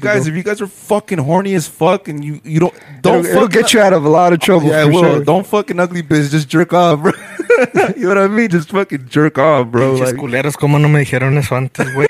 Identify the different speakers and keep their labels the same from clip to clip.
Speaker 1: guys, if you guys are fucking horny as fuck and you, you don't don't
Speaker 2: it'll, it'll
Speaker 1: fucking-
Speaker 2: get you out of a lot of trouble.
Speaker 1: yeah, it
Speaker 2: for
Speaker 1: will.
Speaker 2: sure.
Speaker 1: Don't fucking ugly bitch. Just jerk off, bro. you know what I mean? Just fucking jerk off, bro.
Speaker 3: Pinches
Speaker 1: Like,
Speaker 3: culeros, ¿cómo no me dijeron eso antes, güey?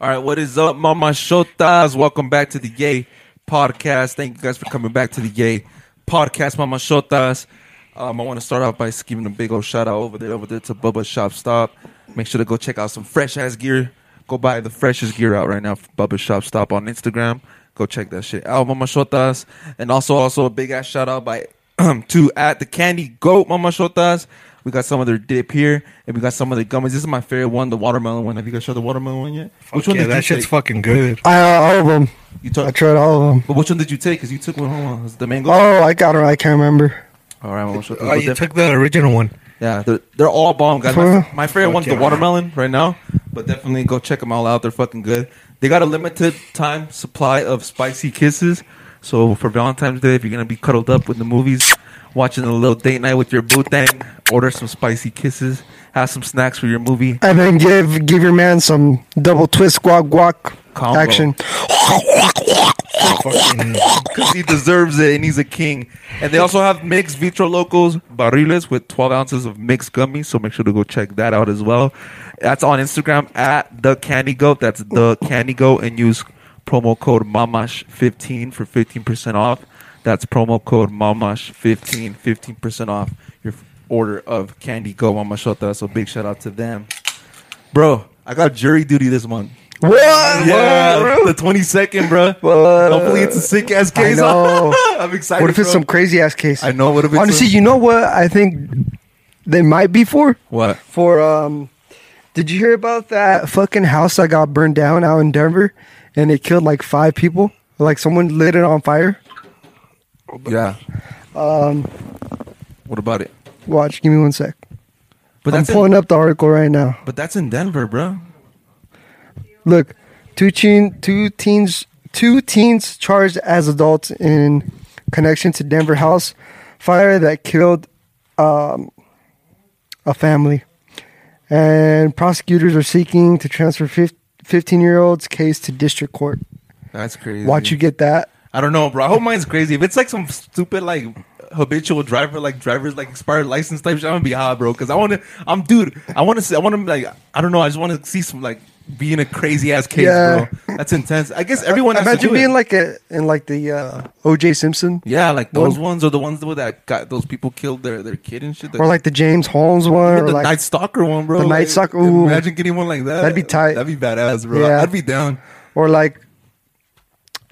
Speaker 1: all right, what is up, mama shotas? Welcome back to the Yay Podcast. Thank you guys for coming back to the Yay Podcast, mama shotas. Um, I want to start off by giving a big old shout out over there, over there to Bubba Shop Stop. Make sure to go check out some fresh ass gear. Go buy the freshest gear out right now, from Bubba Shop Stop on Instagram. Go check that shit out, mama shotas. And also, also a big ass shout out by to at the Candy Goat Mamashotas. We got some of their dip here, and we got some of the gummies. This is my favorite one, the watermelon one. Have you guys tried the watermelon one yet? which one
Speaker 3: Yeah,
Speaker 1: did
Speaker 3: that
Speaker 1: you
Speaker 3: shit's
Speaker 1: take? Ah,
Speaker 3: fucking good.
Speaker 2: I, uh, all of them.
Speaker 1: You took-
Speaker 2: I tried all of them.
Speaker 1: but which one did you take? Because you took one. Hold on, is it the mango.
Speaker 2: Oh, I got her. I can't remember.
Speaker 1: All right, Mamashotas.
Speaker 3: Oh, you
Speaker 1: But
Speaker 3: took the original one.
Speaker 1: Yeah, they're, they're all bomb, guys.
Speaker 2: Huh?
Speaker 1: My, my favorite one's the
Speaker 3: Fucking
Speaker 1: watermelon right now, but definitely go check them all out. They're fucking good. They got a limited time supply of spicy kisses. So for Valentine's Day, if you're gonna be cuddled up with the movies, watching a little date night with your boo thing, order some spicy kisses, have some snacks for your movie.
Speaker 2: And then give give your man some double twist guac guac
Speaker 1: Combo.
Speaker 2: action.
Speaker 3: Fucking
Speaker 1: because he deserves it and he's a king. And they also have mixed Vitro Locos Barriles with 12 ounces of mixed gummies. So make sure to go check that out as well. That's on Instagram at the Candy Goat. That's the Candy Goat, and use promo code Mamash15 for 15% off. That's promo code Mamash15, 15% off your order of Candy Goat Mamashota. So big shout out to them, bro. I got jury duty this month.
Speaker 2: What?
Speaker 1: Yeah, the twenty second, bro. Hopefully, it's a sick ass case.
Speaker 2: know.
Speaker 1: I'm excited.
Speaker 2: What if it's
Speaker 1: bro.
Speaker 2: some crazy ass case?
Speaker 1: I know. What if it's
Speaker 2: Honestly,
Speaker 1: some-
Speaker 2: you know what? I think they might be for
Speaker 1: what?
Speaker 2: for um. Did you hear about that fucking house that got burned down out in Denver, and it killed like five people? Like someone lit it on fire.
Speaker 1: Yeah. Um. What about it?
Speaker 2: Watch, give me one sec.
Speaker 1: But
Speaker 2: I'm
Speaker 1: that's
Speaker 2: pulling
Speaker 1: in,
Speaker 2: up the article right now.
Speaker 1: But that's in Denver, bro.
Speaker 2: Look, two teen, two teens, two teens charged as adults in connection to Denver house fire that killed um, a family, and prosecutors are seeking to transfer fifteen-year-old's case to district court.
Speaker 1: Mm-hmm. That's crazy.
Speaker 2: Watch you get that.
Speaker 1: I don't know, bro. I hope mine's crazy. If it's like some stupid like habitual driver, like driver's like expired license type shit, I'm gonna be hot, bro. Cause I wanna, I'm dude. I wanna see. I wanna like. I don't know. I just wanna see some like being a crazy ass case,
Speaker 2: Yeah.
Speaker 1: bro. That's intense. I guess everyone. has to
Speaker 2: Imagine
Speaker 1: do it.
Speaker 2: being like a in like the uh, O.J. Simpson
Speaker 1: Yeah, like those
Speaker 2: One-
Speaker 1: ones are the ones that- that got those people killed their, their kid and shit.
Speaker 2: or like the James Holmes one,
Speaker 1: the
Speaker 2: or like
Speaker 1: Night Stalker one, bro.
Speaker 2: The Night
Speaker 1: Like,
Speaker 2: Stalker, ooh.
Speaker 1: Imagine getting one like that.
Speaker 2: That'd be tight.
Speaker 1: That'd be badass, bro.
Speaker 2: Yeah.
Speaker 1: I'd be down.
Speaker 2: or like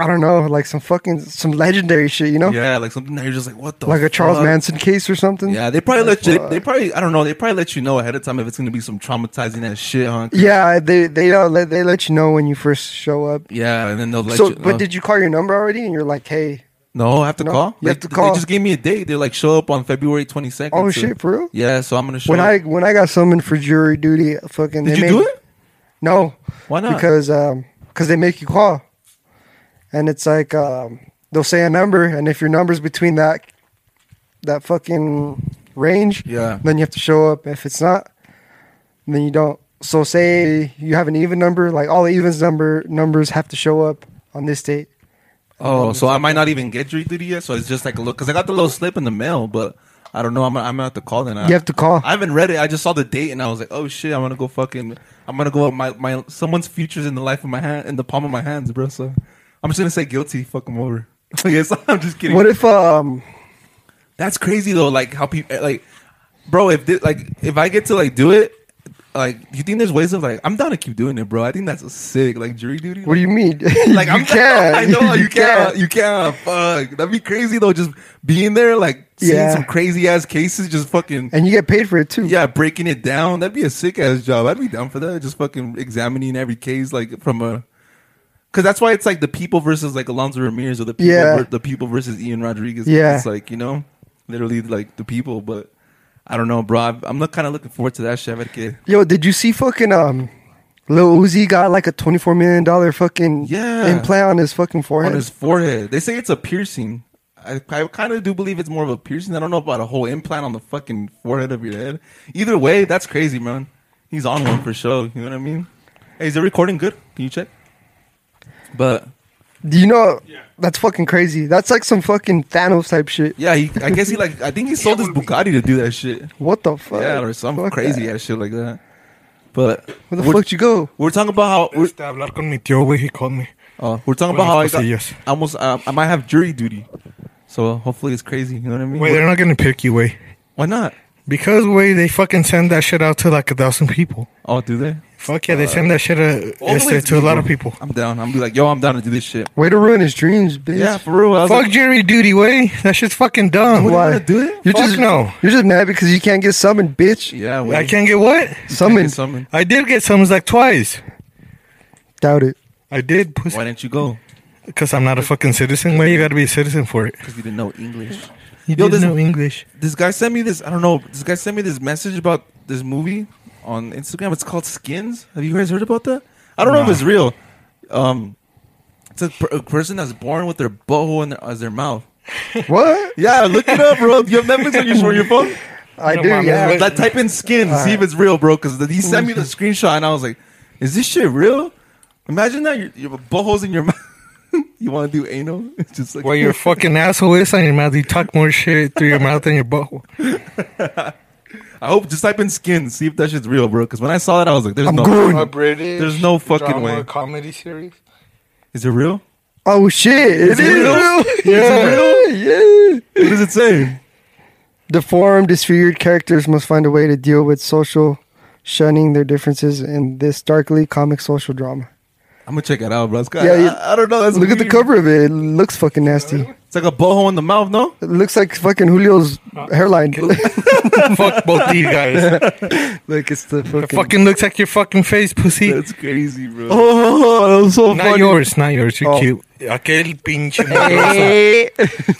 Speaker 2: I don't know, like some fucking some legendary shit, you know,
Speaker 1: Yeah, like something that you're just like, what the
Speaker 2: like a Charles
Speaker 1: fuck?
Speaker 2: Manson case or something.
Speaker 1: Yeah, they probably let you. They, they probably, I don't know. They probably let you know ahead of time if it's gonna be some traumatizing ass shit, huh?
Speaker 2: Yeah, they they don't let they let you know when you first show up.
Speaker 1: Yeah, and then they'll let
Speaker 2: so,
Speaker 1: you.
Speaker 2: but
Speaker 1: uh,
Speaker 2: did you call your number already? And you're like, hey,
Speaker 1: no, I have to
Speaker 2: No,
Speaker 1: call.
Speaker 2: you
Speaker 1: They-
Speaker 2: have to
Speaker 1: They
Speaker 2: call.
Speaker 1: just gave me a date. They're like, show up on February 22nd.
Speaker 2: Oh,
Speaker 1: so-
Speaker 2: shit, for real?
Speaker 1: Yeah, so I'm gonna show.
Speaker 2: when
Speaker 1: up.
Speaker 2: I when I got summoned for jury duty, fucking
Speaker 1: did
Speaker 2: they
Speaker 1: you
Speaker 2: made,
Speaker 1: do it?
Speaker 2: No,
Speaker 1: Why not?
Speaker 2: Because um, cause they make you call, and it's like um, they'll say a number, and if your number's between that that fucking range,
Speaker 1: Yeah.
Speaker 2: then you have to show up. If it's not, then you don't. So say you have an even number, like all the evens number numbers have to show up on this date.
Speaker 1: Oh, so I might not even get jury duty yet. So it's just like a look because I got the little slip in the mail, but I don't know. I'm I'm gonna have to call then. I,
Speaker 2: You have to call.
Speaker 1: Uh, I haven't read it. I just saw the date and I was like, oh shit, I'm gonna go fucking. I'm gonna go. My my someone's futures in the life of my hand in the palm of my hands, bro. So I'm just gonna say guilty. Fuck them over. yes, I'm just kidding.
Speaker 2: What if um
Speaker 1: That's crazy though. Like how people like, bro. If thi- like if I get to like do it, like do you think there's ways of like I'm down to keep doing it, bro. I think that's sick. Like jury duty.
Speaker 2: What do you mean?
Speaker 1: like
Speaker 2: you
Speaker 1: I'm
Speaker 2: can't.
Speaker 1: I know you, can't. You can't. Fuck. That'd be crazy though. Just being there, like seeing
Speaker 2: Yeah.
Speaker 1: some crazy ass cases, just fucking
Speaker 2: and you get paid for it too.
Speaker 1: yeah, breaking it down. That'd be a sick ass job. I'd be down for that. Just fucking examining every case like from a. Cause that's why it's like the people versus like Alonzo Ramirez or the people,
Speaker 2: Yeah.
Speaker 1: ver- the people versus Ian Rodriguez.
Speaker 2: Yeah.
Speaker 1: it's like you know, literally like the people. But I don't know, bro. I've- I'm not kind of looking forward to that shit. I've had a kid.
Speaker 2: Yo, did you see fucking um Lil Uzi got like a twenty four million dollar fucking
Speaker 1: Yeah.
Speaker 2: implant on his fucking forehead?
Speaker 1: on his forehead. They say it's a piercing. I I, I kind of do believe it's more of a piercing. I don't know about a whole implant on the fucking forehead of your head. Either way, that's crazy, man. He's on one for sure. You know what I mean? Hey, is the recording good? Can you check? But
Speaker 2: Do you know? That's fucking crazy. That's like some fucking Thanos type shit.
Speaker 1: yeah, he, I guess he like I think he sold his Bugatti to do that shit.
Speaker 2: What the fuck?
Speaker 1: Yeah, or some
Speaker 2: Fuck
Speaker 1: crazy
Speaker 2: that.
Speaker 1: ass shit like that. But
Speaker 2: Where the
Speaker 1: we're,
Speaker 2: fuck you go?
Speaker 1: we're talking about how we're,
Speaker 3: Este, hablar con mi tío, güey. He called me.
Speaker 1: uh, we're talking
Speaker 3: Con
Speaker 1: about how I
Speaker 3: los
Speaker 1: got,
Speaker 3: pasillos.
Speaker 1: I almost uh, I might have jury duty. So hopefully it's crazy. You know what I mean?
Speaker 3: Wait, they're not gonna pick you, way.
Speaker 1: Why not?
Speaker 3: Because, way, they fucking send that shit out to like a thousand people.
Speaker 1: Oh, do they?
Speaker 3: Fuck yeah, they send that shit uh, este, to a lot of people.
Speaker 1: I'm down. I'm be like, yo, I'm down to do this shit.
Speaker 2: Way to ruin his dreams, bitch.
Speaker 1: Yeah, for real. I was
Speaker 3: Fuck
Speaker 1: like,
Speaker 3: jury duty, way. That shit's fucking dumb.
Speaker 2: Why?
Speaker 1: gonna do it?
Speaker 2: You're
Speaker 3: Fuck
Speaker 2: just
Speaker 3: no.
Speaker 2: You're just mad because you can't get summoned, bitch.
Speaker 1: yeah,
Speaker 3: I
Speaker 1: wait.
Speaker 3: can't get what?
Speaker 2: Summoned.
Speaker 1: Summon.
Speaker 3: I did get summons like twice.
Speaker 2: Doubt it.
Speaker 3: I did,
Speaker 1: Why
Speaker 3: pussy.
Speaker 1: didn't you go?
Speaker 3: Because I'm not a fucking citizen. Way, you gotta be a citizen for it.
Speaker 1: Because you didn't know English.
Speaker 3: You
Speaker 1: Yo,
Speaker 3: didn't
Speaker 1: this-
Speaker 3: know English.
Speaker 1: This guy sent me this. I don't know. This guy sent me this message about this movie on Instagram. It's called Skins. Have you guys heard about that? I don't know if
Speaker 3: No.
Speaker 1: it's real. Um, it's a, per- a person that's born with their bow in their, as their mouth.
Speaker 2: What?
Speaker 1: Yeah, look it up, bro. You have Netflix on your, on your phone?
Speaker 2: I
Speaker 3: No,
Speaker 2: do.
Speaker 3: mama,
Speaker 2: yeah.
Speaker 3: wait.
Speaker 1: Like, type in skins, see if it's real, bro. Because he sent me the screenshot, and I was like, "Is this shit real?" Imagine that your, your butthole's in your mouth. you want to do anal? It's just like
Speaker 3: Well, your fucking asshole is on your mouth. You talk more shit through your mouth than your butthole.
Speaker 1: I hope just type in skins, see if that shit's real, bro. Because when I saw that, I was like, "There's
Speaker 2: I'm
Speaker 1: no,
Speaker 2: going.
Speaker 3: British.
Speaker 1: there's no fucking way."
Speaker 3: Comedy series.
Speaker 1: Is it real?
Speaker 2: Oh shit! It is
Speaker 1: it real?
Speaker 2: real. Yeah. yeah.
Speaker 1: What does it say?
Speaker 2: Deformed, disfigured characters must find a way to deal with social shunning their differences in this darkly comic social drama.
Speaker 1: I'm gonna check it out, bro. It's got,
Speaker 2: Yeah,
Speaker 1: I-
Speaker 2: you-
Speaker 1: I, don't know. That's
Speaker 2: Look at the
Speaker 1: weird.
Speaker 2: cover of it. It looks fucking nasty.
Speaker 1: It's like a boho in the mouth, no?
Speaker 2: It looks like fucking Julio's hairline.
Speaker 3: Fuck both these guys.
Speaker 2: Look, it's the fucking.
Speaker 3: It fucking looks like your fucking face, pussy.
Speaker 1: That's crazy, bro.
Speaker 2: Oh, that was so
Speaker 3: not
Speaker 2: funny.
Speaker 3: yours, not yours. You're
Speaker 2: Oh.
Speaker 3: cute. Aquel pinche.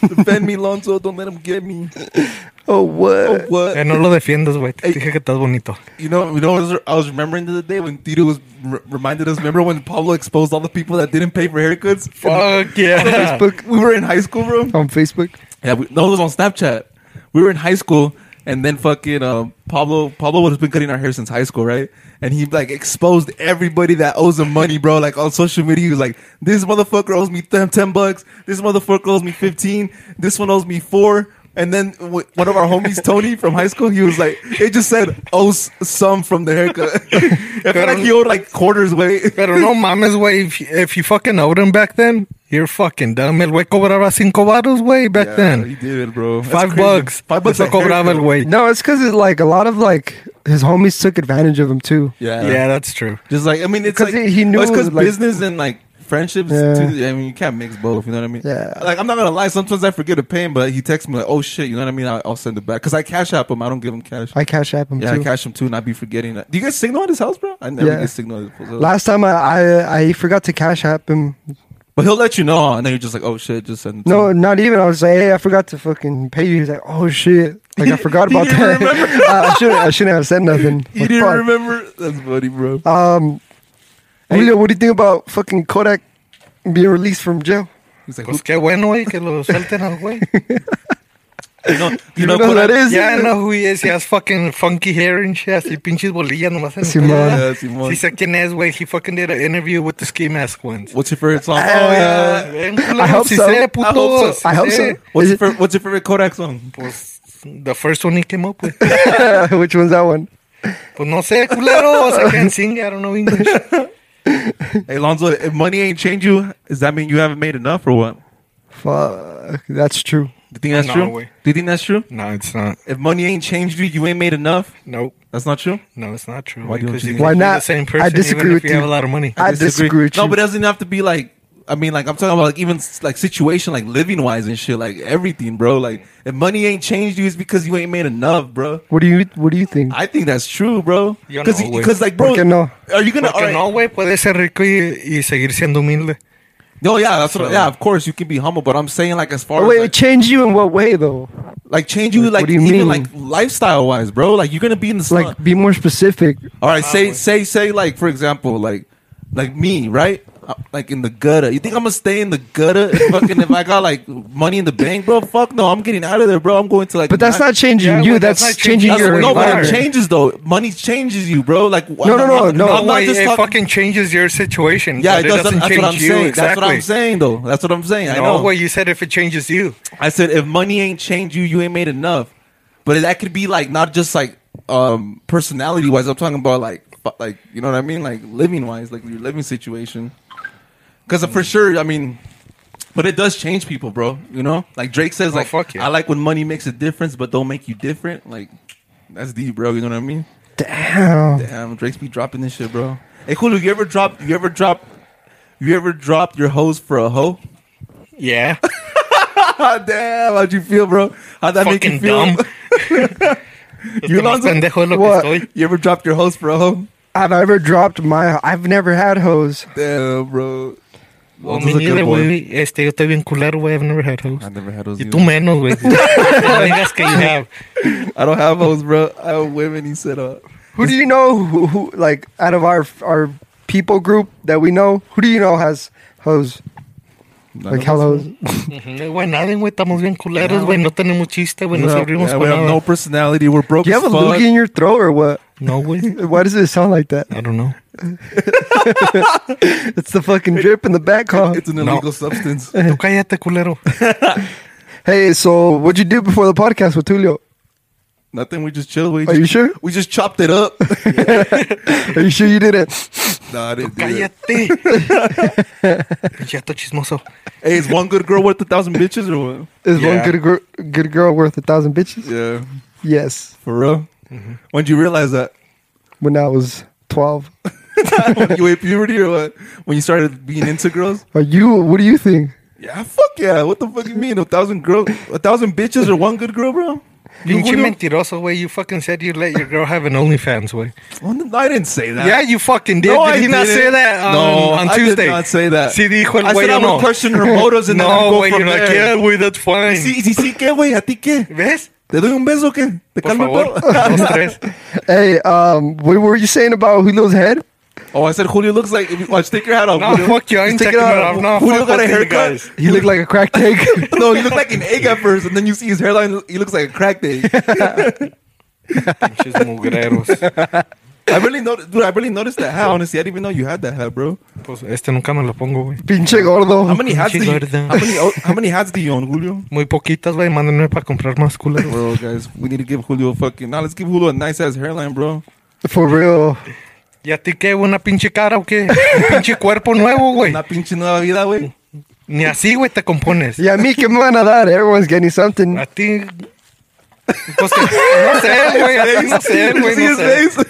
Speaker 1: Defend me, Lonzo. Don't let him get me.
Speaker 2: Oh, what?
Speaker 1: What?
Speaker 3: Eh, no lo defiendas, güey. Te
Speaker 1: Ey.
Speaker 3: dije que estás bonito.
Speaker 1: You know, you know, what I was- I was remembering the other day when Tito was r- reminded us. Remember when Pablo exposed all the people that didn't pay for haircuts?
Speaker 3: Fuck yeah.
Speaker 1: Facebook. We were in high school, bro.
Speaker 2: On Facebook?
Speaker 1: Yeah, we, no, it was on Snapchat. We were in high school, and then fucking uh, Pablo. Pablo would have been cutting our hair since high school, right? And he like exposed everybody that owes him money, bro. Like on social media, he was like, "This motherfucker owes me th- ten bucks. This motherfucker owes me fifteen. This one owes me four. And then w- one of our homies, Tony from high school, he was like, "It just said owes some from the haircut." I felt like he owed like quarters way.
Speaker 3: Pero no mames, güey. If, if you fucking owed him back then, you're fucking dumb. El güey cobraba cinco varos, güey, back
Speaker 1: he
Speaker 3: then.
Speaker 1: did it, bro. That's
Speaker 3: Five
Speaker 1: crazy.
Speaker 3: bucks.
Speaker 1: Five bucks.
Speaker 3: Eso
Speaker 1: a haircut.
Speaker 3: cobraba el güey.
Speaker 2: No, it's because like a lot of like his homies took advantage of him too.
Speaker 1: Yeah.
Speaker 3: Yeah, that's true.
Speaker 1: Just like I mean, it's
Speaker 2: 'Cause
Speaker 1: like oh,
Speaker 2: he- he knew
Speaker 1: it's
Speaker 2: it
Speaker 1: because
Speaker 2: was, like-
Speaker 1: business and like friendships.
Speaker 2: Yeah.
Speaker 1: Too, I mean, you can't mix both. You know what I mean?
Speaker 2: Yeah.
Speaker 1: Like I'm not gonna lie. Sometimes I forget to pay him, but he texts me like, "Oh shit," you know what I mean? I, I'll send it back because I cash app him. I don't give him cash.
Speaker 2: I cash app him
Speaker 1: yeah,
Speaker 2: too.
Speaker 1: I cash him too, and I be forgetting. That. Do you guys signal at his house, bro? I never
Speaker 2: Yeah.
Speaker 1: get signal at his house.
Speaker 2: Last time I, I I forgot to cash app him.
Speaker 1: but he'll let you know, and then you're just like, "Oh shit," just send. It to
Speaker 2: No,
Speaker 1: him.
Speaker 2: not even. I was like, hey, I forgot to fucking pay you. He's like, oh shit, like I forgot about
Speaker 1: didn't
Speaker 2: that. I, I shouldn't I shouldn't have said nothing.
Speaker 1: you
Speaker 2: Like,
Speaker 1: didn't
Speaker 2: fuck.
Speaker 1: remember. That's funny, bro.
Speaker 2: Um,
Speaker 1: Hey.
Speaker 2: Julio, what do you think about fucking Kodak being released from jail?
Speaker 1: He's like,
Speaker 3: Pues qué bueno, güey, que lo suelten al güey.
Speaker 1: "You know,
Speaker 2: You know who that is?
Speaker 3: Ya no who he is. He has fucking funky hair and shit. Así pinches bolillas nomás. En
Speaker 2: Simón.
Speaker 1: Yeah, Simón.
Speaker 3: Sí sé quién es, güey. He fucking did an interview with the ski mask ones.
Speaker 1: What's your favorite song?
Speaker 2: Uh,
Speaker 1: oh yeah.
Speaker 3: Ven,
Speaker 2: I
Speaker 3: culero,
Speaker 2: hope
Speaker 3: sí
Speaker 2: so.
Speaker 3: sé, puto.
Speaker 1: I hope so.
Speaker 3: Sí
Speaker 2: I hope so.
Speaker 3: sé.
Speaker 1: What's
Speaker 2: Is
Speaker 1: your,
Speaker 2: it-
Speaker 1: favorite, what's your favorite Kodak song?
Speaker 3: Pues, the first one he came up with.
Speaker 2: Which one's that one?
Speaker 3: Pues no sé, culero. I can't sing. I don't know English.
Speaker 1: Hey, Lonzo, if money ain't change you, does that mean you haven't made enough or what?
Speaker 2: Fuck, that's
Speaker 1: Do
Speaker 2: true.
Speaker 1: you think that's
Speaker 3: No
Speaker 1: true?
Speaker 3: way.
Speaker 1: Do you think that's true?
Speaker 3: No, it's not.
Speaker 1: If money ain't changed you, you ain't made enough.
Speaker 3: Nope.
Speaker 1: That's not true.
Speaker 3: No, it's not true.
Speaker 1: Why
Speaker 3: Because
Speaker 1: don't you-
Speaker 3: even
Speaker 2: Why
Speaker 3: if you're
Speaker 2: not?
Speaker 3: The same
Speaker 2: I
Speaker 3: person,
Speaker 2: disagree
Speaker 3: even if
Speaker 2: with
Speaker 3: you.
Speaker 2: you.
Speaker 3: have a lot of money.
Speaker 2: I disagree with you.
Speaker 1: No, but it doesn't have to be like. I mean, like I'm talking about like even s- like situation, like living wise and shit, like everything, bro. Like if money ain't changed you, it's because you ain't made enough, bro.
Speaker 2: What do you What do you think?
Speaker 1: I think that's true, bro.
Speaker 3: Yo
Speaker 1: Because
Speaker 3: no, güey.
Speaker 1: because like bro,
Speaker 2: ¿Por qué no?
Speaker 1: are you gonna? alright.
Speaker 3: Porque no, güey, puede ser rico y, y seguir siendo humilde.
Speaker 1: No, yeah, that's what,
Speaker 3: So-
Speaker 1: yeah. Of course, you can be humble, but I'm saying like as far
Speaker 2: Oh, wait,
Speaker 1: as
Speaker 2: it
Speaker 1: like,
Speaker 2: changed you in what way though?
Speaker 1: like, change you
Speaker 2: What
Speaker 1: like
Speaker 2: do you
Speaker 1: even
Speaker 2: mean?
Speaker 1: like lifestyle wise, bro. Like you're gonna be in the slum.
Speaker 2: Like, be more specific.
Speaker 1: All right, say say say like for example, like like me, right? uh, like in the gutter. You think I'm gonna stay in the gutter? If fucking if I got like money in the bank, bro. Fuck no, I'm getting out of there, bro. I'm going to like.
Speaker 2: But that's
Speaker 1: nine-
Speaker 2: not changing
Speaker 3: Yeah,
Speaker 2: you.
Speaker 3: well,
Speaker 2: That's,
Speaker 3: that's not changing-
Speaker 2: changing,
Speaker 1: That's,
Speaker 2: your
Speaker 1: no, but it
Speaker 2: environment.
Speaker 1: changes though. Money changes you, bro. Like
Speaker 2: no, no, no.
Speaker 3: No,
Speaker 1: I'm not
Speaker 3: wait,
Speaker 1: just
Speaker 3: it
Speaker 1: talking-
Speaker 3: fucking changes your situation.
Speaker 1: Yeah,
Speaker 3: but
Speaker 1: it doesn't. that's
Speaker 3: change
Speaker 1: what I'm
Speaker 3: you.
Speaker 1: saying.
Speaker 3: Exactly.
Speaker 1: That's what I'm saying, though. That's what I'm saying. I
Speaker 3: No,
Speaker 1: know.
Speaker 3: way, you said if it changes you.
Speaker 1: I said if money ain't changed you, you ain't made enough. But that could be like not just like um personality wise. I'm talking about like fu- like you know what I mean, like living wise, like your living situation. Because for sure, I mean, but it does change people, bro. You know, like Drake says,
Speaker 3: Oh,
Speaker 1: like
Speaker 3: fuck yeah.
Speaker 1: I like when money makes a difference, but don't make you different. Like that's deep, bro. You know what I mean?
Speaker 2: Damn.
Speaker 1: Damn, Drake's be dropping this shit, bro. Hey, cool. You ever drop? You ever drop? You ever dropped your hose for a hoe? Ah,
Speaker 3: Yeah.
Speaker 1: Damn, how'd you feel, bro? How'd that make you feel?
Speaker 3: fucking dumb.
Speaker 1: You
Speaker 3: Este más
Speaker 1: lost it?
Speaker 3: pendejo es lo
Speaker 2: What?
Speaker 3: que estoy.
Speaker 1: You ever dropped your hose for a hoe?
Speaker 2: I've ever dropped my. I've never had hose.
Speaker 1: Damn, bro.
Speaker 3: Oh,
Speaker 1: Hoes
Speaker 3: mi
Speaker 1: is a good Ah,
Speaker 3: líder,
Speaker 1: boy.
Speaker 3: güey. Este, yo estoy bien culero, güey. I've never had hoes.
Speaker 1: I never had hose.
Speaker 3: Y
Speaker 1: either.
Speaker 3: tú menos, güey. no digas que you have.
Speaker 1: I don't have hose, bro. I have women. He said, uh,
Speaker 2: Who do you know? Who, who like out of our our people group that we know? Who do you know has hose? Like hellos.
Speaker 3: Ujú, Güey, nada, güey. Estamos bien culeros, güey. No tenemos chiste, güey. No
Speaker 1: Yeah,
Speaker 3: servimos
Speaker 1: we
Speaker 3: para
Speaker 1: have no
Speaker 3: nada.
Speaker 1: personality. We're broke
Speaker 2: Do you have a
Speaker 1: as fuck.
Speaker 2: loogie in your throat or what?
Speaker 3: No, güey.
Speaker 2: Why does it sound like that?
Speaker 3: I don't know.
Speaker 2: It's the fucking drip in the back, huh?
Speaker 1: It's an
Speaker 3: No.
Speaker 1: illegal substance.
Speaker 3: Tú cállate, culero.
Speaker 2: Hey, so what'd you do before the podcast with Tulio?
Speaker 1: Nothing. We just chill. We
Speaker 2: Are
Speaker 1: just,
Speaker 2: you sure?
Speaker 1: we just chopped it up.
Speaker 2: Are you sure you did it?
Speaker 1: nah, I didn't do that.
Speaker 3: Cállate. Chato chismoso.
Speaker 1: Hey, is one good girl worth a thousand bitches or what?
Speaker 2: Is
Speaker 3: Yeah.
Speaker 2: one good gr- good girl worth a thousand bitches?
Speaker 1: Yeah,
Speaker 2: Yes.
Speaker 1: for real. When'd you realize that?
Speaker 2: When I was twelve.
Speaker 1: when you hit puberty or what? When you started being into girls?
Speaker 2: Are you? What do you think?
Speaker 1: Yeah, fuck yeah. What the fuck you mean? A thousand girl, a thousand bitches or one good girl, bro? You
Speaker 3: Pinche
Speaker 1: Julio?
Speaker 3: mentiroso, güey. You fucking said you let your girl have an OnlyFans, güey.
Speaker 1: I didn't say that.
Speaker 3: Yeah, you fucking did.
Speaker 1: No,
Speaker 3: did
Speaker 1: I
Speaker 3: he not
Speaker 1: didn't.
Speaker 3: say that on,
Speaker 1: No,
Speaker 3: on
Speaker 1: Um, I did
Speaker 3: Tuesday?
Speaker 1: not say that.
Speaker 3: Sí dijo el
Speaker 1: I
Speaker 3: güey.
Speaker 1: said I
Speaker 3: o
Speaker 1: would
Speaker 3: no.
Speaker 1: question her motives and then I'd
Speaker 3: no,
Speaker 1: go
Speaker 3: güey,
Speaker 1: from
Speaker 3: you're like, yeah,
Speaker 1: there.
Speaker 3: güey, that's fine.
Speaker 1: Sí, sí, sí, ¿qué, güey? ¿A ti qué?
Speaker 3: ¿Ves?
Speaker 1: ¿Te doy un beso o qué? ¿Te
Speaker 3: Por
Speaker 1: calmo el
Speaker 3: favor.
Speaker 1: pedo?
Speaker 3: Dos, tres.
Speaker 2: Hey, um, what were you saying about Julio's head?
Speaker 1: Oh, I said Julio looks like... Watch, take your hat off,
Speaker 3: No,
Speaker 1: Julio.
Speaker 3: fuck you. I ain't
Speaker 1: Just take
Speaker 3: taking
Speaker 1: your
Speaker 3: it
Speaker 1: hat
Speaker 3: off. No,
Speaker 1: Julio
Speaker 3: fuck
Speaker 1: got a
Speaker 3: both of you
Speaker 1: haircut.
Speaker 3: guys.
Speaker 2: He looked like a crack tank.
Speaker 1: No, he looked like an egg at first, and then you see his hairline, he looks like a crack egg.
Speaker 3: Pinches mugreros.
Speaker 1: I really noticed, dude, I really noticed that hat, honestly. I didn't even know you had that hat, bro.
Speaker 3: Pues este nunca me lo pongo, güey.
Speaker 2: Pinche gordo.
Speaker 1: How many hats do you,
Speaker 3: Gordo.
Speaker 1: how many, oh, how many hats do you own, Julio?
Speaker 3: Muy poquitas, güey. Mándenme para comprar más culeros.
Speaker 1: Bro, guys, we need to give Julio a fucking. Now let's give Julio a nice ass hairline, bro.
Speaker 2: For real.
Speaker 3: ¿Y a ti qué? ¿Una pinche cara o qué? ¿Un pinche cuerpo nuevo, güey?
Speaker 1: Una pinche nueva vida, güey.
Speaker 3: Ni así, güey, te compones.
Speaker 2: Yeah, me, que me van a dar? Everyone's getting something.
Speaker 3: A ti... Pues que- no sé, güey. a ti No sé,
Speaker 1: Did you
Speaker 3: güey.
Speaker 1: see
Speaker 3: No
Speaker 1: his
Speaker 3: sé.
Speaker 1: face?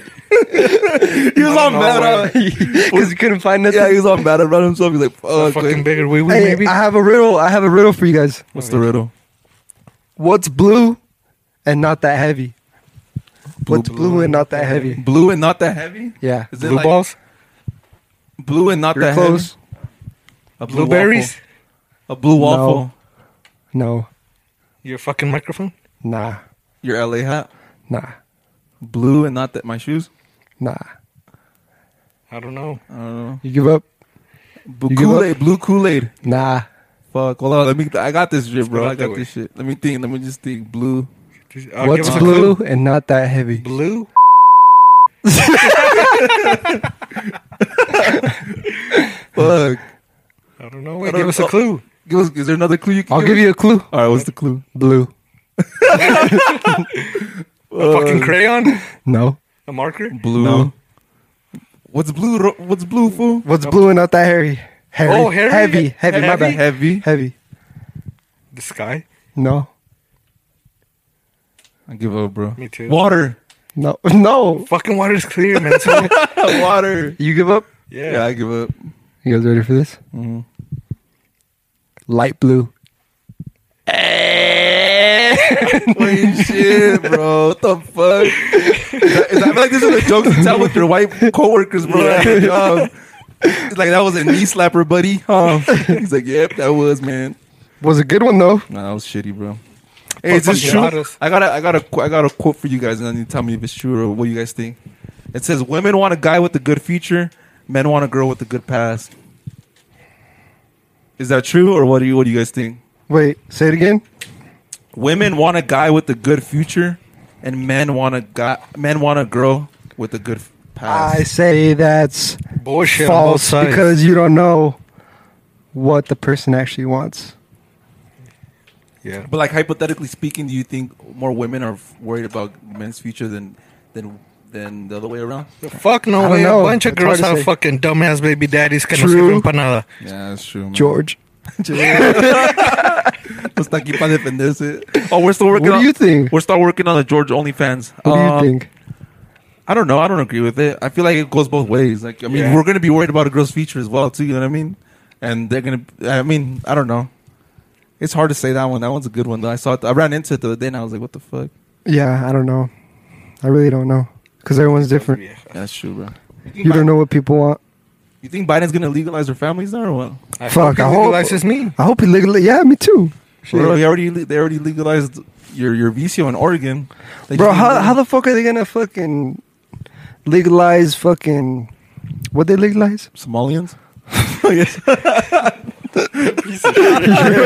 Speaker 1: he was
Speaker 3: I
Speaker 1: on
Speaker 3: don't know,
Speaker 1: mad. about-
Speaker 2: Because you couldn't find nothing.
Speaker 1: Yeah, he was on mad about himself. He's like, fuck.
Speaker 3: Fucking
Speaker 1: Like,
Speaker 3: bigger, güey, güey,
Speaker 2: hey,
Speaker 3: maybe.
Speaker 2: I have a riddle. I have a riddle for you guys.
Speaker 1: what's the riddle?
Speaker 2: What's blue and not that heavy?
Speaker 1: Blue,
Speaker 2: What's blue, and not that heavy?
Speaker 1: Blue and not that heavy.
Speaker 2: Yeah.
Speaker 1: Is it
Speaker 3: Blue
Speaker 1: like
Speaker 3: balls?
Speaker 1: Blue and not
Speaker 2: You're
Speaker 1: that
Speaker 2: close.
Speaker 1: heavy. A blue
Speaker 3: Blueberries?
Speaker 1: waffle. A blue waffle.
Speaker 2: No.
Speaker 3: Your fucking microphone?
Speaker 2: Nah.
Speaker 1: Your LA hat.
Speaker 2: Nah.
Speaker 1: Blue and not that. My shoes.
Speaker 2: Nah.
Speaker 3: I don't know.
Speaker 1: I don't know.
Speaker 2: You give up?
Speaker 1: Blue
Speaker 2: You give up?
Speaker 1: Kool Aid. Blue Kool Aid.
Speaker 2: Nah.
Speaker 1: Fuck. Hold on. Let me. I got this shit, bro. I
Speaker 3: Espérate,
Speaker 1: got this
Speaker 3: güey.
Speaker 1: shit. Let me think. Let me just think. Blue.
Speaker 3: I'll uh, give
Speaker 2: What's
Speaker 3: us a
Speaker 2: blue
Speaker 3: clue.
Speaker 2: and not that heavy?
Speaker 3: Blue?
Speaker 1: Fuck.
Speaker 3: I don't know. Wait,
Speaker 1: I don't
Speaker 3: give us
Speaker 2: Uh,
Speaker 1: know.
Speaker 3: a clue.
Speaker 1: Give us, is there another clue you can
Speaker 2: I'll give you a clue.
Speaker 1: All right, what's the clue?
Speaker 2: Blue. uh,
Speaker 3: A fucking crayon?
Speaker 2: No.
Speaker 3: A marker?
Speaker 1: Blue. What's blue? ro- What's blue, fool?
Speaker 2: What's blue and not that hairy? Hairy.
Speaker 3: Oh, hairy?
Speaker 2: Heavy. Heavy. My
Speaker 3: Heavy?
Speaker 2: bad.
Speaker 1: Heavy.
Speaker 2: Heavy.
Speaker 3: The sky?
Speaker 2: No.
Speaker 1: I give up, bro.
Speaker 3: Me too.
Speaker 1: Water.
Speaker 2: No. No.
Speaker 3: Fucking water's clear, man. So,
Speaker 1: Water.
Speaker 2: You give up?
Speaker 1: Yeah.
Speaker 3: yeah.
Speaker 1: I give up.
Speaker 2: You guys ready for this?
Speaker 1: Mhm.
Speaker 2: Light blue.
Speaker 1: Wait, shit, bro. What the fuck? Is that- is that- I feel like this is a joke to tell with your white coworkers, bro. at your job. It's like that was a knee slapper, buddy. Huh? He's like, yep, that was, man.
Speaker 2: Was a good one though.
Speaker 1: Nah, that was shitty, bro. Hey, is this
Speaker 3: Fucking
Speaker 1: true?
Speaker 3: honest.
Speaker 1: I got a, I got a, qu- I got a quote for you guys, and then you tell me if it's true or what you guys think. It says, "Women want a guy with a good future, men want a girl with a good past." Is that true, or what do you what do you guys think?
Speaker 2: Wait, say it again.
Speaker 1: Women want a guy with a good future, and men want a guy. Men want a girl with a good
Speaker 2: I
Speaker 1: past.
Speaker 2: say that's
Speaker 3: Bullshit. on both
Speaker 2: false
Speaker 3: sides.
Speaker 2: because you don't know what the person actually wants.
Speaker 3: yeah.
Speaker 1: but like hypothetically speaking, do you think more women are worried about men's future than than than the other way around?
Speaker 3: Fuck
Speaker 2: I
Speaker 3: no
Speaker 2: don't
Speaker 3: way. A
Speaker 2: know.
Speaker 3: bunch of
Speaker 2: It's hard
Speaker 3: girls
Speaker 2: to
Speaker 3: have
Speaker 2: say.
Speaker 3: fucking dumbass baby daddies que no
Speaker 2: True.
Speaker 3: sirven para nada.
Speaker 1: Yeah, that's true. Man.
Speaker 2: George,
Speaker 1: Está aquí para defenderse. Oh, we're still working.
Speaker 2: What do
Speaker 1: on,
Speaker 2: you think?
Speaker 1: We're still working on the George OnlyFans. Um,
Speaker 2: what do you think?
Speaker 1: I don't know. I don't agree with it. I feel like it goes both ways. Like, I mean,
Speaker 3: Yeah.
Speaker 1: we're gonna be worried about a girl's future as well, too. You know what I mean? And they're gonna. I mean, I don't know. It's hard to say that one. That one's a good one. Though. I saw it. I ran into it the other day, and I was like, "What the fuck?"
Speaker 2: Yeah, I don't know. I really don't know because everyone's different.
Speaker 1: That's true, bro.
Speaker 2: You don't know what people want.
Speaker 1: You think Biden's gonna legalize their families now, or what?
Speaker 3: I
Speaker 2: Fuck,
Speaker 3: hope
Speaker 2: I
Speaker 3: he
Speaker 2: hope-
Speaker 3: legalizes me.
Speaker 2: I hope he legally. Yeah, me too. Shit.
Speaker 1: Bro, they already they already legalized your your vicio in Oregon. They
Speaker 2: Bro,
Speaker 1: just-
Speaker 2: how how the fuck are they gonna fucking legalize fucking what they legalize?
Speaker 1: Somalians?
Speaker 2: You're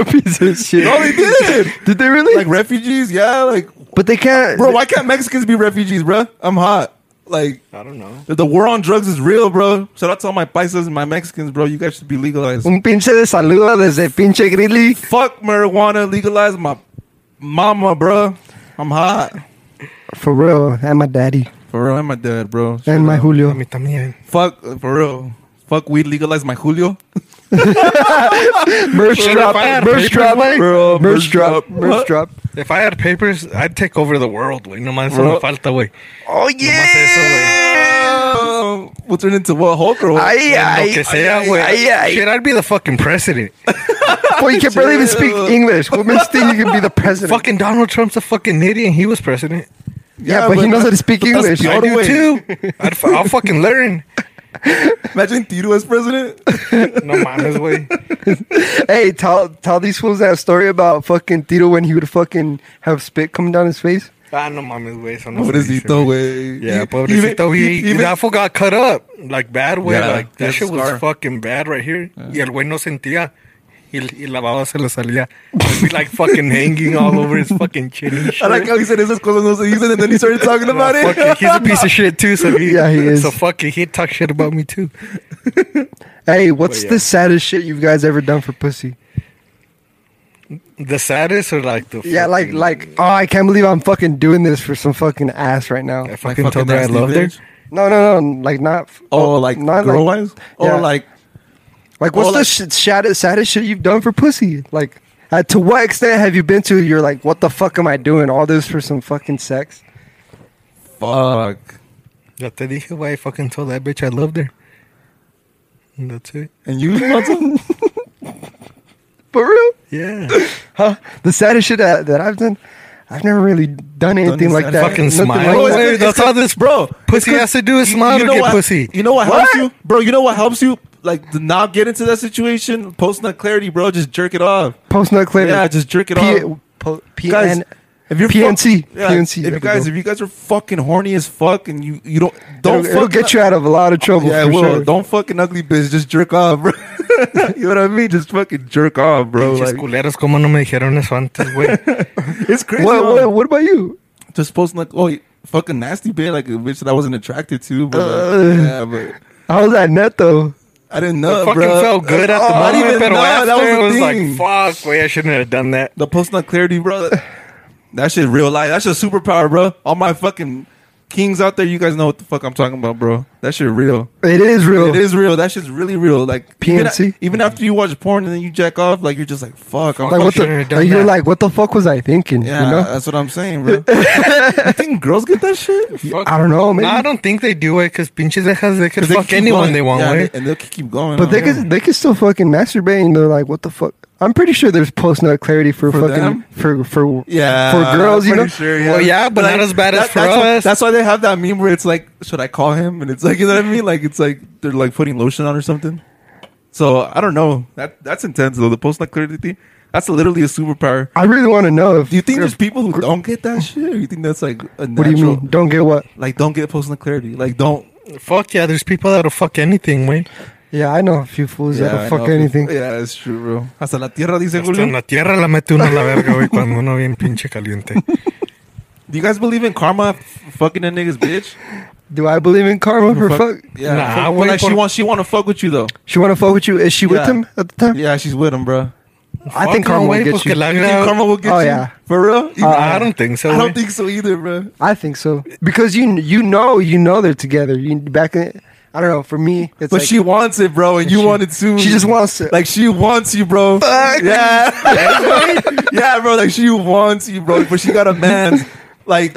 Speaker 2: a piece of shit.
Speaker 1: No, they did.
Speaker 2: Did they really?
Speaker 1: like refugees, yeah. Like,
Speaker 2: but they can't.
Speaker 1: bro, why can't Mexicans be refugees, bro? I'm hot. Like,
Speaker 3: I don't know.
Speaker 1: The war on drugs is real, bro. Shout out to all my paisas and my Mexicans, bro. You guys should be legalized.
Speaker 2: Un pinche de saludo desde pinche Grilly.
Speaker 1: Fuck marijuana, legalize my mama, bro. I'm hot.
Speaker 2: For real, and my daddy
Speaker 1: For real, I'm my dad, bro.
Speaker 2: and my
Speaker 3: A
Speaker 2: Julio.
Speaker 3: mí también.
Speaker 1: Fuck, uh, for real. Fuck weed, legalize my Julio.
Speaker 2: Merch drop, merch drop, eh?
Speaker 1: Bro,
Speaker 2: merch drop,
Speaker 1: What?
Speaker 2: merch drop.
Speaker 3: If I had papers, I'd take over the world, güey. No más eso
Speaker 1: Bro.
Speaker 3: me falta, güey.
Speaker 2: Oh
Speaker 3: Nomás eso, güey.
Speaker 1: Uh, we'll turn into what, Hulk or what?
Speaker 2: Ay,
Speaker 3: Lo
Speaker 2: ay,
Speaker 3: que sea,
Speaker 2: ay,
Speaker 3: güey.
Speaker 2: ay.
Speaker 3: Shit, I'd be the fucking president.
Speaker 2: Boy, you can barely even speak English. What makes you think you can be the president?
Speaker 3: fucking Donald Trump's a fucking idiot. He was president.
Speaker 2: yeah, but, he knows how to speak
Speaker 1: that's
Speaker 2: English.
Speaker 1: By
Speaker 3: I
Speaker 1: the
Speaker 3: do
Speaker 1: way-
Speaker 3: too. I'd, f- I'll fucking learn.
Speaker 1: Imagine Tito as president.
Speaker 3: No mames, güey.
Speaker 2: Hey, tell tell these fools that story about fucking Tito when he would fucking have spit coming down his face.
Speaker 3: Ah, no mames, güey. Eso no se dice,
Speaker 1: Pobrecito,
Speaker 3: güey.
Speaker 1: güey.
Speaker 3: Yeah,
Speaker 1: Even-
Speaker 3: pobrecito. He, he,
Speaker 1: even-
Speaker 3: that fool got cut up like bad way.
Speaker 1: Yeah,
Speaker 3: like
Speaker 1: he
Speaker 3: that
Speaker 1: has
Speaker 3: shit
Speaker 1: a
Speaker 3: was
Speaker 1: scar.
Speaker 3: fucking bad right here. Y el güey no sentía. Y, y la baba se le salía. It'd be like fucking hanging all over his fucking chin and shit.
Speaker 1: I like how he said esas cosas no se dicen, and then he started talking
Speaker 3: No,
Speaker 1: about
Speaker 3: fuck
Speaker 1: it.
Speaker 3: it. He's a piece of shit too. So he,
Speaker 2: Yeah, he is.
Speaker 3: So fuck it. He'd talk shit about me too.
Speaker 2: Hey, what's
Speaker 3: yeah.
Speaker 2: the saddest shit you guys ever done for pussy?
Speaker 3: The saddest or like the
Speaker 2: Yeah, like
Speaker 3: fucking-
Speaker 2: like oh, I can't believe I'm fucking doing this for some fucking ass right now.
Speaker 3: I
Speaker 1: Like
Speaker 3: fucking told her I
Speaker 1: nasty
Speaker 3: loved her.
Speaker 1: bitch.
Speaker 2: No, no, no, like not.
Speaker 1: Oh, like
Speaker 2: not
Speaker 1: girl
Speaker 2: like,
Speaker 1: wise,
Speaker 2: yeah.
Speaker 1: or like
Speaker 2: like what's
Speaker 1: oh,
Speaker 2: the
Speaker 1: like-
Speaker 2: shit, saddest, saddest shit you've done for pussy? Like, uh, to what extent have you been to? You're like, what the fuck am I doing? All this for some fucking sex?
Speaker 1: fuck,
Speaker 3: Ya te dije, güey. I fucking told that bitch I loved her. And that's it.
Speaker 1: and you Lonzo?
Speaker 2: For real?
Speaker 3: Yeah.
Speaker 2: Huh? The saddest shit that, that I've done, I've never really done anything
Speaker 1: the
Speaker 2: like
Speaker 1: saddest-
Speaker 2: that.
Speaker 3: fucking
Speaker 2: Nothing
Speaker 3: smile.
Speaker 2: like
Speaker 3: Oh,
Speaker 2: that.
Speaker 3: wait,
Speaker 1: it's-
Speaker 3: that's
Speaker 1: it's-
Speaker 3: all this-
Speaker 1: bro.
Speaker 3: Pussy
Speaker 1: it's 'cause
Speaker 3: has to do is smile pues to
Speaker 1: Pues know
Speaker 3: get
Speaker 1: what,
Speaker 3: pussy.
Speaker 1: You know what, helps
Speaker 2: What?
Speaker 1: you, bro? You know what helps you, like to not get into that situation. Post nut clarity, bro. Just jerk it off.
Speaker 2: Post nut clear.
Speaker 1: Yeah, just jerk it off. Guys,
Speaker 2: PN.
Speaker 1: If you're
Speaker 2: PNC.
Speaker 1: yeah,
Speaker 2: PNC,
Speaker 1: if
Speaker 2: there
Speaker 1: you
Speaker 2: we
Speaker 1: guys,
Speaker 2: go.
Speaker 1: if you guys are fucking horny as fuck, and you you don't
Speaker 2: It'll,
Speaker 1: don't
Speaker 2: it'll
Speaker 1: fuck
Speaker 2: get you out of a lot of trouble.
Speaker 1: Yeah,
Speaker 2: for
Speaker 1: well,
Speaker 2: sure.
Speaker 1: don't fucking ugly bitch. Just jerk off, bro. you know what I mean? Just fucking jerk off, bro.
Speaker 3: Pinches
Speaker 1: Like,
Speaker 3: culeros, ¿cómo no me dijeron eso antes, güey?
Speaker 1: it's crazy.
Speaker 2: What,
Speaker 1: how-
Speaker 2: what, what about you?
Speaker 1: just posting like, oh, fucking nasty bitch, like a bitch that I wasn't attracted to, but
Speaker 2: Uh.
Speaker 1: like, yeah, but
Speaker 2: How was that net though?
Speaker 1: I didn't
Speaker 3: It
Speaker 1: know,
Speaker 3: fucking
Speaker 1: Oh, bro.
Speaker 3: felt good at the
Speaker 1: Oh, I
Speaker 3: moment,
Speaker 1: didn't
Speaker 3: but
Speaker 1: know, that
Speaker 3: after
Speaker 1: was
Speaker 3: it
Speaker 1: the
Speaker 3: was
Speaker 1: thing.
Speaker 3: like, fuck, güey, I shouldn't have done that.
Speaker 1: The post not clarity, bro. That shit real life. That's a superpower, bro. All my fucking kings out there, you guys know what the fuck I'm talking about, bro. That shit real.
Speaker 2: It is real.
Speaker 1: It is real. That shit's really real. Like
Speaker 2: PNC?
Speaker 1: Even, even after you watch porn and then you jack off, like you're just like, fuck. I'm
Speaker 2: Like what
Speaker 3: Shouldn't
Speaker 2: the?
Speaker 3: have done
Speaker 2: Like, you're
Speaker 3: that.
Speaker 2: like, what the fuck was I thinking?
Speaker 1: yeah,
Speaker 2: you know?
Speaker 1: that's what I'm saying, bro. you think girls get that shit?
Speaker 3: Fuck.
Speaker 2: I don't know, maybe.
Speaker 3: No, I don't think they do, güey, because pinches dejas, they could
Speaker 1: 'Cause they
Speaker 3: fuck
Speaker 1: keep
Speaker 3: anyone
Speaker 1: going.
Speaker 3: they want,
Speaker 1: Yeah,
Speaker 3: güey.
Speaker 1: and they'll keep going.
Speaker 2: But they
Speaker 1: huh?
Speaker 2: could they could still fucking masturbate and they're like, what the fuck? I'm pretty sure there's post nut clarity for,
Speaker 1: For
Speaker 2: fucking
Speaker 1: them?
Speaker 2: for for
Speaker 1: Yeah,
Speaker 2: for girls, you
Speaker 1: pretty
Speaker 2: know.
Speaker 1: sure,
Speaker 3: Well, yeah, but not as bad as for
Speaker 1: that's Why,
Speaker 3: us.
Speaker 1: that's why they have that meme where it's like, should I call him? And it's like, you know what I mean? Like it's like they're like putting lotion on or something. So I don't know. That that's intense though. The post nut clarity, thing, that's literally a superpower.
Speaker 2: I really want to know if
Speaker 1: Do you think there's people who don't get that shit? Or you think that's like a natural?
Speaker 2: what do you mean? Don't get what?
Speaker 1: Like don't get post nut clarity. Like don't.
Speaker 3: Fuck yeah, there's people that'll fuck anything, güey.
Speaker 2: Yeah, I know a few fools
Speaker 1: Yeah,
Speaker 2: that'll
Speaker 1: I
Speaker 2: fuck
Speaker 1: know.
Speaker 2: anything.
Speaker 1: Yeah, it's true, bro. Hasta la tierra dice
Speaker 3: Hasta
Speaker 1: Julio.
Speaker 3: en la tierra la mete uno a la verga, güey, cuando uno bien pinche caliente.
Speaker 1: Do you guys believe in karma? f- Fucking that nigga's bitch.
Speaker 2: Do I believe in karma for fuck?
Speaker 1: Yeah.
Speaker 3: Nah,
Speaker 1: Fuck- but
Speaker 3: güey,
Speaker 1: like she
Speaker 3: por-
Speaker 1: want she want to fuck with you though.
Speaker 2: She want to fuck with you? Is she with
Speaker 1: Yeah.
Speaker 2: him at the time?
Speaker 1: Yeah, she's with him, bro.
Speaker 2: I think
Speaker 3: Fuck no,
Speaker 2: karma
Speaker 3: güey,
Speaker 2: will
Speaker 3: pues que
Speaker 2: get you.
Speaker 3: la
Speaker 1: You think
Speaker 3: haga-
Speaker 1: karma will get
Speaker 2: Oh,
Speaker 1: you?
Speaker 2: yeah.
Speaker 1: For real? You-
Speaker 3: Uh, I don't think so, eh.
Speaker 1: I
Speaker 3: güey.
Speaker 1: don't think so either, bro.
Speaker 2: I think so because you you know you know they're together. You back in, I don't know. For me, it's
Speaker 1: But
Speaker 2: like,
Speaker 1: she wants it, bro, and you want it too.
Speaker 2: She just wants it.
Speaker 1: Like she wants you, bro. Yeah, yeah, bro. Like she wants you, bro. But she got a man. Like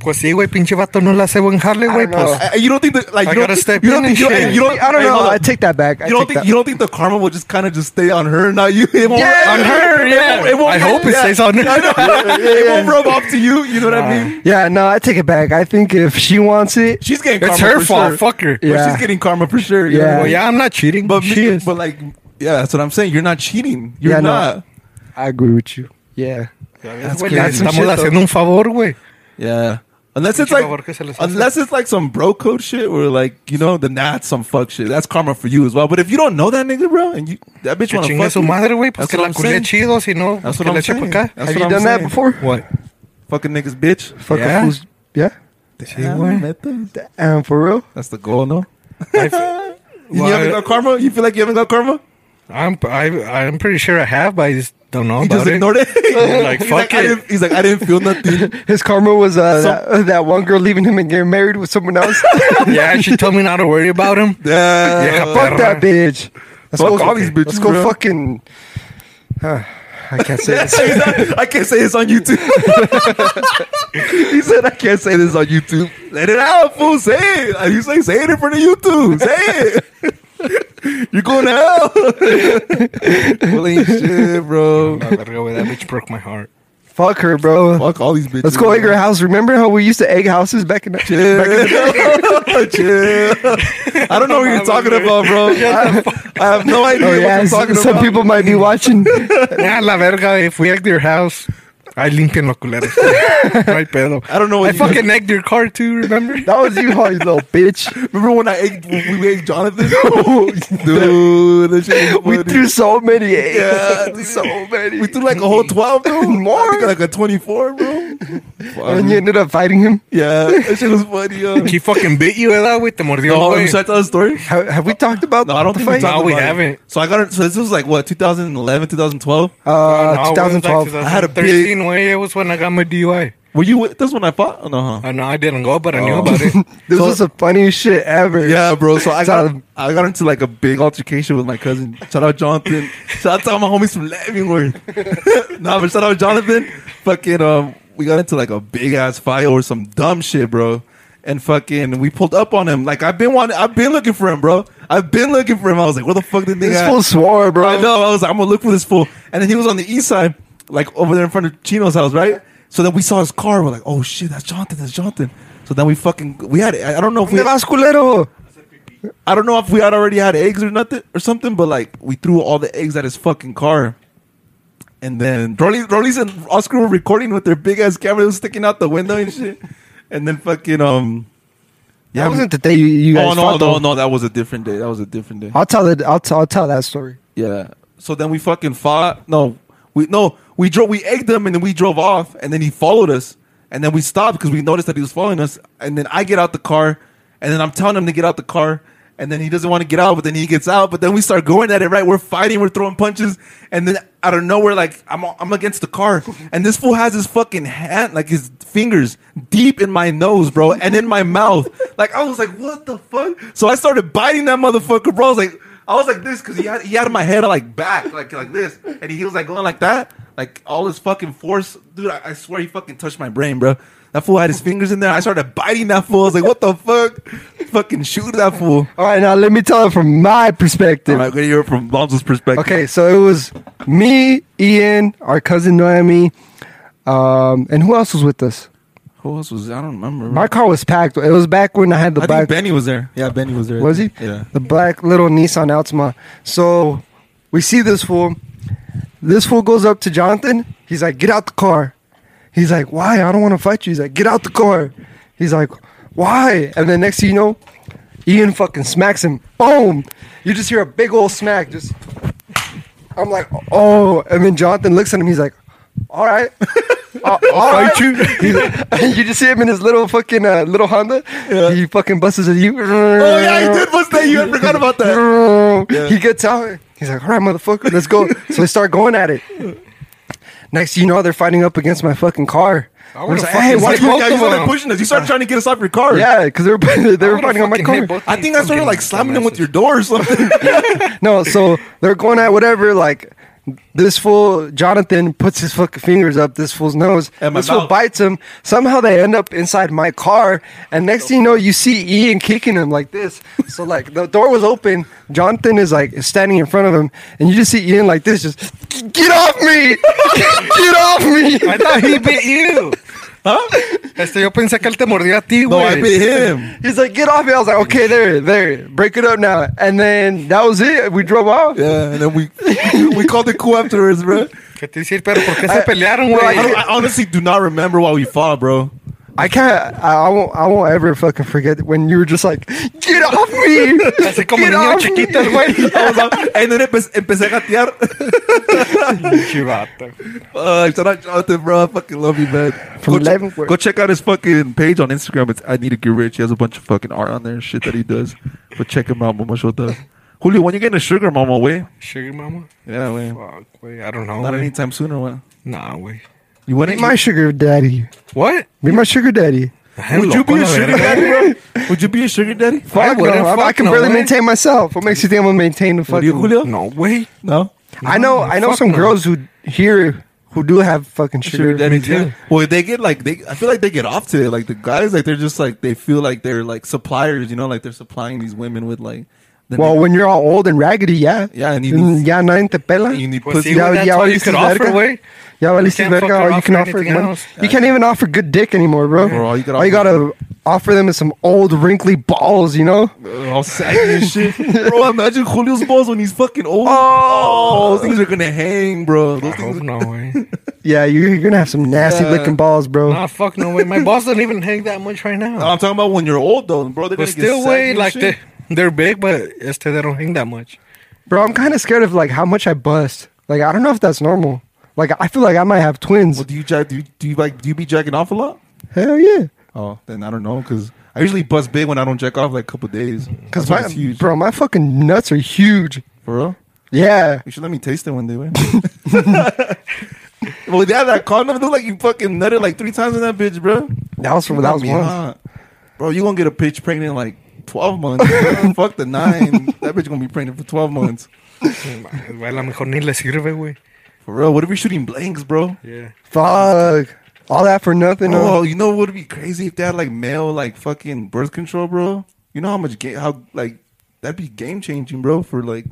Speaker 3: Pues sí, güey, pinche vato no la hace buen jale, güey,
Speaker 2: I don't
Speaker 3: pues.
Speaker 2: know.
Speaker 1: uh, you don't think that like
Speaker 3: Oh.
Speaker 1: you
Speaker 3: I
Speaker 1: don't,
Speaker 3: gotta
Speaker 1: think-
Speaker 3: step
Speaker 1: you don't
Speaker 3: in
Speaker 1: think
Speaker 3: and
Speaker 1: you
Speaker 3: shit.
Speaker 1: don't, you don't
Speaker 2: I don't
Speaker 1: hey,
Speaker 2: know.
Speaker 1: hold on.
Speaker 2: I take that back. I
Speaker 1: you don't
Speaker 2: take
Speaker 1: think
Speaker 2: that.
Speaker 1: you don't think the karma will just kind of just stay on her now? You it won't,
Speaker 2: Yeah,
Speaker 3: on her, yeah. I hope it stays on her.
Speaker 1: I know. it won't rub off to you. You know what I mean?
Speaker 2: yeah, no, I take it back. I think if she wants it,
Speaker 1: She's getting
Speaker 3: It's
Speaker 1: karma
Speaker 3: her
Speaker 1: for
Speaker 3: fault,
Speaker 1: sure.
Speaker 3: fuck her.
Speaker 1: But
Speaker 2: Yeah.
Speaker 1: she's getting karma for sure. you know
Speaker 2: Yeah.
Speaker 1: what I
Speaker 3: Well,
Speaker 1: mean?
Speaker 3: yeah, I'm not cheating.
Speaker 1: But
Speaker 3: she
Speaker 1: me,
Speaker 3: is.
Speaker 1: but like, yeah, that's what I'm saying. You're not cheating. You're
Speaker 2: Yeah, no.
Speaker 1: not.
Speaker 2: I agree with you. Yeah,
Speaker 3: Güey,
Speaker 2: crazy.
Speaker 3: le
Speaker 2: That's some
Speaker 3: estamos
Speaker 2: shit,
Speaker 3: haciendo un favor, güey.
Speaker 1: Yeah. Unless it's
Speaker 3: Pinche
Speaker 1: like,
Speaker 3: favor que se les hace.
Speaker 1: unless it's like some bro code shit, where like you know, then that's some fuck shit. That's karma for you as well. But if you don't know that nigga, bro, and you that bitch
Speaker 3: Que
Speaker 1: want to
Speaker 3: chingue
Speaker 1: fuck
Speaker 3: su
Speaker 1: you,
Speaker 3: madre, güey, pues
Speaker 1: That's
Speaker 3: que
Speaker 1: what
Speaker 3: la
Speaker 1: I'm
Speaker 3: culé
Speaker 1: saying.
Speaker 3: chido, si no,
Speaker 1: That's
Speaker 3: que
Speaker 1: what
Speaker 3: la
Speaker 1: I'm
Speaker 3: eche
Speaker 1: saying.
Speaker 3: para acá.
Speaker 1: That's
Speaker 2: have
Speaker 1: what
Speaker 2: you
Speaker 1: I'm
Speaker 2: done that
Speaker 1: saying.
Speaker 2: before?
Speaker 3: What?
Speaker 1: fucking niggas, bitch.
Speaker 2: Fuck
Speaker 3: Yeah.
Speaker 2: a fool's. Yeah,
Speaker 1: Damn,
Speaker 3: güey.
Speaker 1: neta.
Speaker 2: and for real,
Speaker 1: That's the goal, no?
Speaker 3: I've-
Speaker 1: You
Speaker 3: Well,
Speaker 1: haven't
Speaker 3: I-
Speaker 1: got karma. You feel like you haven't got karma.
Speaker 3: I'm I, I'm pretty sure I have, but I just don't know
Speaker 1: He
Speaker 3: about
Speaker 1: just
Speaker 3: it.
Speaker 1: ignored it.
Speaker 3: like,
Speaker 1: he's
Speaker 3: fuck
Speaker 1: I
Speaker 3: it.
Speaker 1: didn't, he's like, I didn't feel nothing.
Speaker 2: his karma was uh,
Speaker 1: So-
Speaker 2: that, that one girl leaving him and getting married with someone else.
Speaker 3: yeah, she told me not to worry about him.
Speaker 1: Yeah.
Speaker 2: fuck that bitch. Let's
Speaker 1: Fuck
Speaker 2: go,
Speaker 1: all these bitches,
Speaker 2: Let's go
Speaker 1: bro.
Speaker 2: fucking. Huh, I can't say this.
Speaker 1: I can't say this on YouTube. he said, I can't say this on YouTube. Let it out, fool. Say it. Like You say, say it in front of YouTube. Say it. You're going to hell. well, ain't shit, bro.
Speaker 3: La verga, güey, that bitch broke my heart.
Speaker 2: Fuck her, bro.
Speaker 1: Fuck all these bitches.
Speaker 2: Let's go egg her house. Remember how we used to egg houses back in the
Speaker 1: Chill.
Speaker 2: back in the day?
Speaker 1: Chill. I don't know what you're talking about, bro. I, I have no idea
Speaker 2: Oh,
Speaker 1: what
Speaker 2: yeah,
Speaker 1: you're
Speaker 2: some
Speaker 1: talking
Speaker 2: some
Speaker 1: about.
Speaker 2: people might be watching.
Speaker 3: Nah, la verga, if we egged your house, I limpian los culeros. no hay pedo.
Speaker 1: I don't know
Speaker 3: I
Speaker 1: what you
Speaker 3: fucking egged your car too, remember?
Speaker 2: That was you, Holly, little bitch.
Speaker 1: Remember when I ate, when we ate Jonathan? Dude, that shit is
Speaker 2: We
Speaker 1: funny.
Speaker 2: threw so many eggs.
Speaker 1: Yeah, dude.
Speaker 2: so many.
Speaker 1: We threw like a whole 12, bro.
Speaker 2: More.
Speaker 1: I think like a 24, bro.
Speaker 2: and you ended up fighting him.
Speaker 1: yeah, that shit was funny. Uh.
Speaker 3: He fucking bit you, ¿verdad, güey? Te mordió,
Speaker 1: No,
Speaker 3: güey.
Speaker 1: should I tell the story?
Speaker 2: Have, have we talked about Uh,
Speaker 1: No, I don't
Speaker 2: the
Speaker 1: think we
Speaker 2: fight?
Speaker 1: talked
Speaker 3: No, we
Speaker 1: about it.
Speaker 3: haven't.
Speaker 1: So I got it. So this was like what 2011, 2012.
Speaker 2: Uh,
Speaker 1: Ah,
Speaker 3: No, it was like
Speaker 2: 2012.
Speaker 1: I had a big-
Speaker 3: 2013, güey. It was when I got my DUI.
Speaker 1: Were you? with- That's when I fought. Oh, no, huh?
Speaker 3: I know I didn't go, but I knew
Speaker 1: Oh.
Speaker 3: about it.
Speaker 2: This
Speaker 1: So-
Speaker 2: was the funniest shit ever.
Speaker 1: Yeah, bro. So I got
Speaker 2: Tell-
Speaker 1: I got into like a big altercation with my cousin. Shout out Jonathan. shout out to all my homies from Leavenworth. nah, but shout out Jonathan. Fucking um, we got into like a big ass fight or some dumb shit, bro. And fucking, we pulled up on him. Like I've been wanting, I've been looking for him, bro. I've been looking for him. I was like, where the fuck did
Speaker 2: This
Speaker 1: nigga? at?
Speaker 2: fool swore, bro.
Speaker 1: I know. I was like, I'm gonna look for this fool. And then he was on the east side, like over there in front of Chino's house, right? So then we saw his car. We're like, oh shit, that's Jonathan. That's Jonathan. So then we fucking we had. I I don't know if we.
Speaker 2: The vasculero.
Speaker 1: I don't know if we had already had eggs or nothing or something, but like we threw all the eggs at his fucking car. And then Rolly, Rollies and Oscar were recording with their big ass camera that was sticking out the window and shit. And then fucking um
Speaker 2: That wasn't the day you, you guys
Speaker 1: Oh no,
Speaker 2: fought,
Speaker 1: no,
Speaker 2: though.
Speaker 1: no, that was a different day. That was a different day.
Speaker 2: I'll tell it. I'll, t- I'll tell that story.
Speaker 1: Yeah. So then we fucking fought. No, we no, we drove. We egged him, and then we drove off. And then he followed us, and then we stopped because we noticed that he was following us. And then I get out the car, and then I'm telling him to get out the car, and then he doesn't want to get out, but then he gets out. But then we start going at it. Right, we're fighting, we're throwing punches, and then out of nowhere, like I'm I'm against the car, and this fool has his fucking hand, like his fingers deep in my nose, bro, and in my mouth. Like I was like, what the fuck? So I started biting that motherfucker, bro. I was like. I was like this because he had he had my head like back, like like this, and he was like going like that, like all his fucking force, dude. I, I swear he fucking touched my brain, bro. That fool had his fingers in there. I started biting that fool. I was like, what the fuck? fucking shoot that fool.
Speaker 2: All right, now let me tell it from my
Speaker 1: All
Speaker 2: perspective.
Speaker 1: right, gonna hear it from Lonzo's perspective.
Speaker 2: Okay, so it was me, Ian, our cousin Noemi, um, and who else was with us?
Speaker 1: who else was? I don't remember.
Speaker 2: My car was packed. It was back when I had the
Speaker 1: I
Speaker 2: black.
Speaker 1: think Benny was there. Yeah, Benny was there.
Speaker 2: was he?
Speaker 1: Yeah.
Speaker 2: The black little Nissan Altima. So we see this fool. This fool goes up to Jonathan. He's like, "Get out the car." He's like, "Why? I don't want to fight you." He's like, "Get out the car." He's like, "Why?" And then next thing you know, Ian fucking smacks him. Boom. You just hear a big old smack. Just, I'm like, oh. And then Jonathan looks at him. He's like, all right. Uh, all right.
Speaker 3: you.
Speaker 2: He's like- you just see him in his little fucking uh, little Honda. He fucking busts at you.
Speaker 1: Oh yeah, he did was that you had forgot about that.
Speaker 2: He gets out. He's like, all right, motherfucker, let's go. so they start going at it. Next, you know, they're fighting up against my fucking car. I
Speaker 3: would've
Speaker 2: was like,
Speaker 3: fucking
Speaker 2: hey, why
Speaker 1: Why
Speaker 3: Like,
Speaker 1: you
Speaker 3: both
Speaker 2: both
Speaker 1: guys
Speaker 2: of
Speaker 3: them.
Speaker 1: started pushing us? You started trying to get us off your car.
Speaker 2: Yeah, because they were they were fighting on my
Speaker 3: Fucking hit
Speaker 2: car.
Speaker 3: both
Speaker 1: I
Speaker 3: these
Speaker 1: think I started
Speaker 3: fucking
Speaker 1: like slamming him with
Speaker 3: dumbasses.
Speaker 1: your door or something.
Speaker 2: No, so they're going at whatever. Like this fool Jonathan puts his fucking fingers up this fool's nose.
Speaker 1: And my
Speaker 2: this fool
Speaker 1: mouth.
Speaker 2: bites him. Somehow they end up inside my car, and next thing you know, you see Ian kicking him like this. So like the door was open. Jonathan is like standing in front of him, and you just see Ian like this, just get off me, get off me.
Speaker 3: I thought he bit you. Este, yo pensé que él te mordía a ti,
Speaker 1: No,
Speaker 3: güey.
Speaker 1: I bit him.
Speaker 2: He's like, get off me. I was like, okay, there, there, break it up now. And then that was it. We drove off.
Speaker 1: Yeah, and then we we called it cool afterwards, bro.
Speaker 3: ¿Qué te decir, pero por qué se pelearon, güey? Ah,
Speaker 1: I, don't, I honestly do not remember why we fought, bro.
Speaker 2: I can't. I, I won't. I won't ever fucking forget when you were just like, "Get off me!"
Speaker 3: Así como
Speaker 2: Get
Speaker 3: niño
Speaker 2: off
Speaker 3: chiquito,
Speaker 2: me."
Speaker 3: el güey.
Speaker 1: I was like, and then empe- empecé a gatear.
Speaker 3: Chivato.
Speaker 1: Uh, shout out Jonathan, bro. I fucking love you, man.
Speaker 2: From
Speaker 1: go, check,
Speaker 2: Leavenworth.
Speaker 1: go check out his fucking page on Instagram. It's I Need to Get Rich. He has a bunch of fucking art on there and shit that he does. But check him out, Mama Shota. Julio, when you getting a sugar mama way?
Speaker 3: Sugar mama.
Speaker 1: Yeah, way.
Speaker 3: Fuck, güey. I don't know.
Speaker 1: Not
Speaker 3: güey.
Speaker 1: anytime soon or what?
Speaker 3: Nah, güey.
Speaker 1: You
Speaker 2: Be
Speaker 1: wouldn't?
Speaker 2: my sugar daddy.
Speaker 3: What?
Speaker 2: Be my sugar daddy.
Speaker 1: would you be a sugar daddy, bro? Would you be a sugar daddy?
Speaker 3: I
Speaker 2: Fuck no,
Speaker 3: wouldn't,
Speaker 2: I, I
Speaker 3: fuck
Speaker 2: can
Speaker 3: no,
Speaker 2: barely
Speaker 3: man.
Speaker 2: maintain myself. What makes you think I'm gonna maintain the
Speaker 1: Would you,
Speaker 2: fucking?
Speaker 1: Julio?
Speaker 3: No, güey.
Speaker 1: No.
Speaker 2: I know. I know
Speaker 3: fuck
Speaker 2: some
Speaker 3: no.
Speaker 2: girls who here who do have fucking sugar.
Speaker 1: Sugar daddy
Speaker 2: Me too.
Speaker 1: too. Well, they get like they. I feel like they get off today. Like the guys, like they're just like they feel like they're like suppliers. You know, like they're supplying these women with like. the
Speaker 2: Well, when you're all old and raggedy, yeah.
Speaker 1: Yeah, and you
Speaker 2: Mm,
Speaker 1: need-
Speaker 2: ya nadie te pela.
Speaker 1: you need
Speaker 3: Pues
Speaker 1: pussy.
Speaker 3: sí, güey. That's all you
Speaker 2: valiste
Speaker 3: could offer,
Speaker 2: verga.
Speaker 3: güey.
Speaker 2: Ya valiste
Speaker 3: can't
Speaker 2: verga.
Speaker 3: fucking
Speaker 2: All you can
Speaker 3: offer
Speaker 2: offer is
Speaker 3: anything
Speaker 2: money.
Speaker 3: else.
Speaker 2: You can't even offer good dick anymore, bro.
Speaker 1: Bro, all you can
Speaker 2: all you
Speaker 1: offer-
Speaker 2: gotta offer them is some old wrinkly balls, you know?
Speaker 1: all saggy and shit. Bro, imagine Julio's balls when he's fucking old.
Speaker 2: Oh.
Speaker 1: those things are gonna hang, bro.
Speaker 3: I
Speaker 1: Those
Speaker 3: hope
Speaker 1: things.
Speaker 3: no, güey.
Speaker 2: Yeah, you- you're gonna have some nasty
Speaker 1: Yeah.
Speaker 2: looking balls, bro.
Speaker 3: Nah, fuck no, way. My boss doesn't even hang that much right now.
Speaker 1: I'm talking about when you're old, though, bro. They're
Speaker 3: but
Speaker 1: gonna
Speaker 3: still,
Speaker 1: get
Speaker 3: güey,
Speaker 1: saggy
Speaker 3: like
Speaker 1: Oh, like
Speaker 3: they,
Speaker 1: shit.
Speaker 3: they're big, but este, they don't hang that much.
Speaker 2: Bro, I'm kind of scared of like how much I bust. Like I don't know if that's normal. Like I feel like I might have twins.
Speaker 1: Well, do you jack? Do you, do you like? Do you be jacking off a lot?
Speaker 2: Hell yeah,
Speaker 1: Oh, then I don't know because I usually bust big when I don't jack off like a couple days.
Speaker 2: because
Speaker 1: That's why
Speaker 2: my
Speaker 1: it's huge,
Speaker 2: bro, my fucking nuts are huge.
Speaker 1: for real.
Speaker 2: Yeah,
Speaker 1: You should let me taste it one day, man. well, yeah, that condom look like you fucking nutted like three times in that bitch, bro.
Speaker 2: that was from that
Speaker 1: Got
Speaker 2: was
Speaker 1: me
Speaker 2: one.
Speaker 1: hot. Bro, you gonna get a bitch pregnant in like twelve months? bro. Fuck the nine. That bitch gonna be pregnant for twelve months.
Speaker 3: Güey, a lo mejor ni le sirve, güey.
Speaker 1: For real. What if you're shooting blanks, bro?
Speaker 3: Yeah.
Speaker 2: Fuck, all that for nothing. huh?
Speaker 1: Oh, you know what would be crazy if they had like male like fucking birth control, bro? You know how much game how like that'd be game changing, bro, for like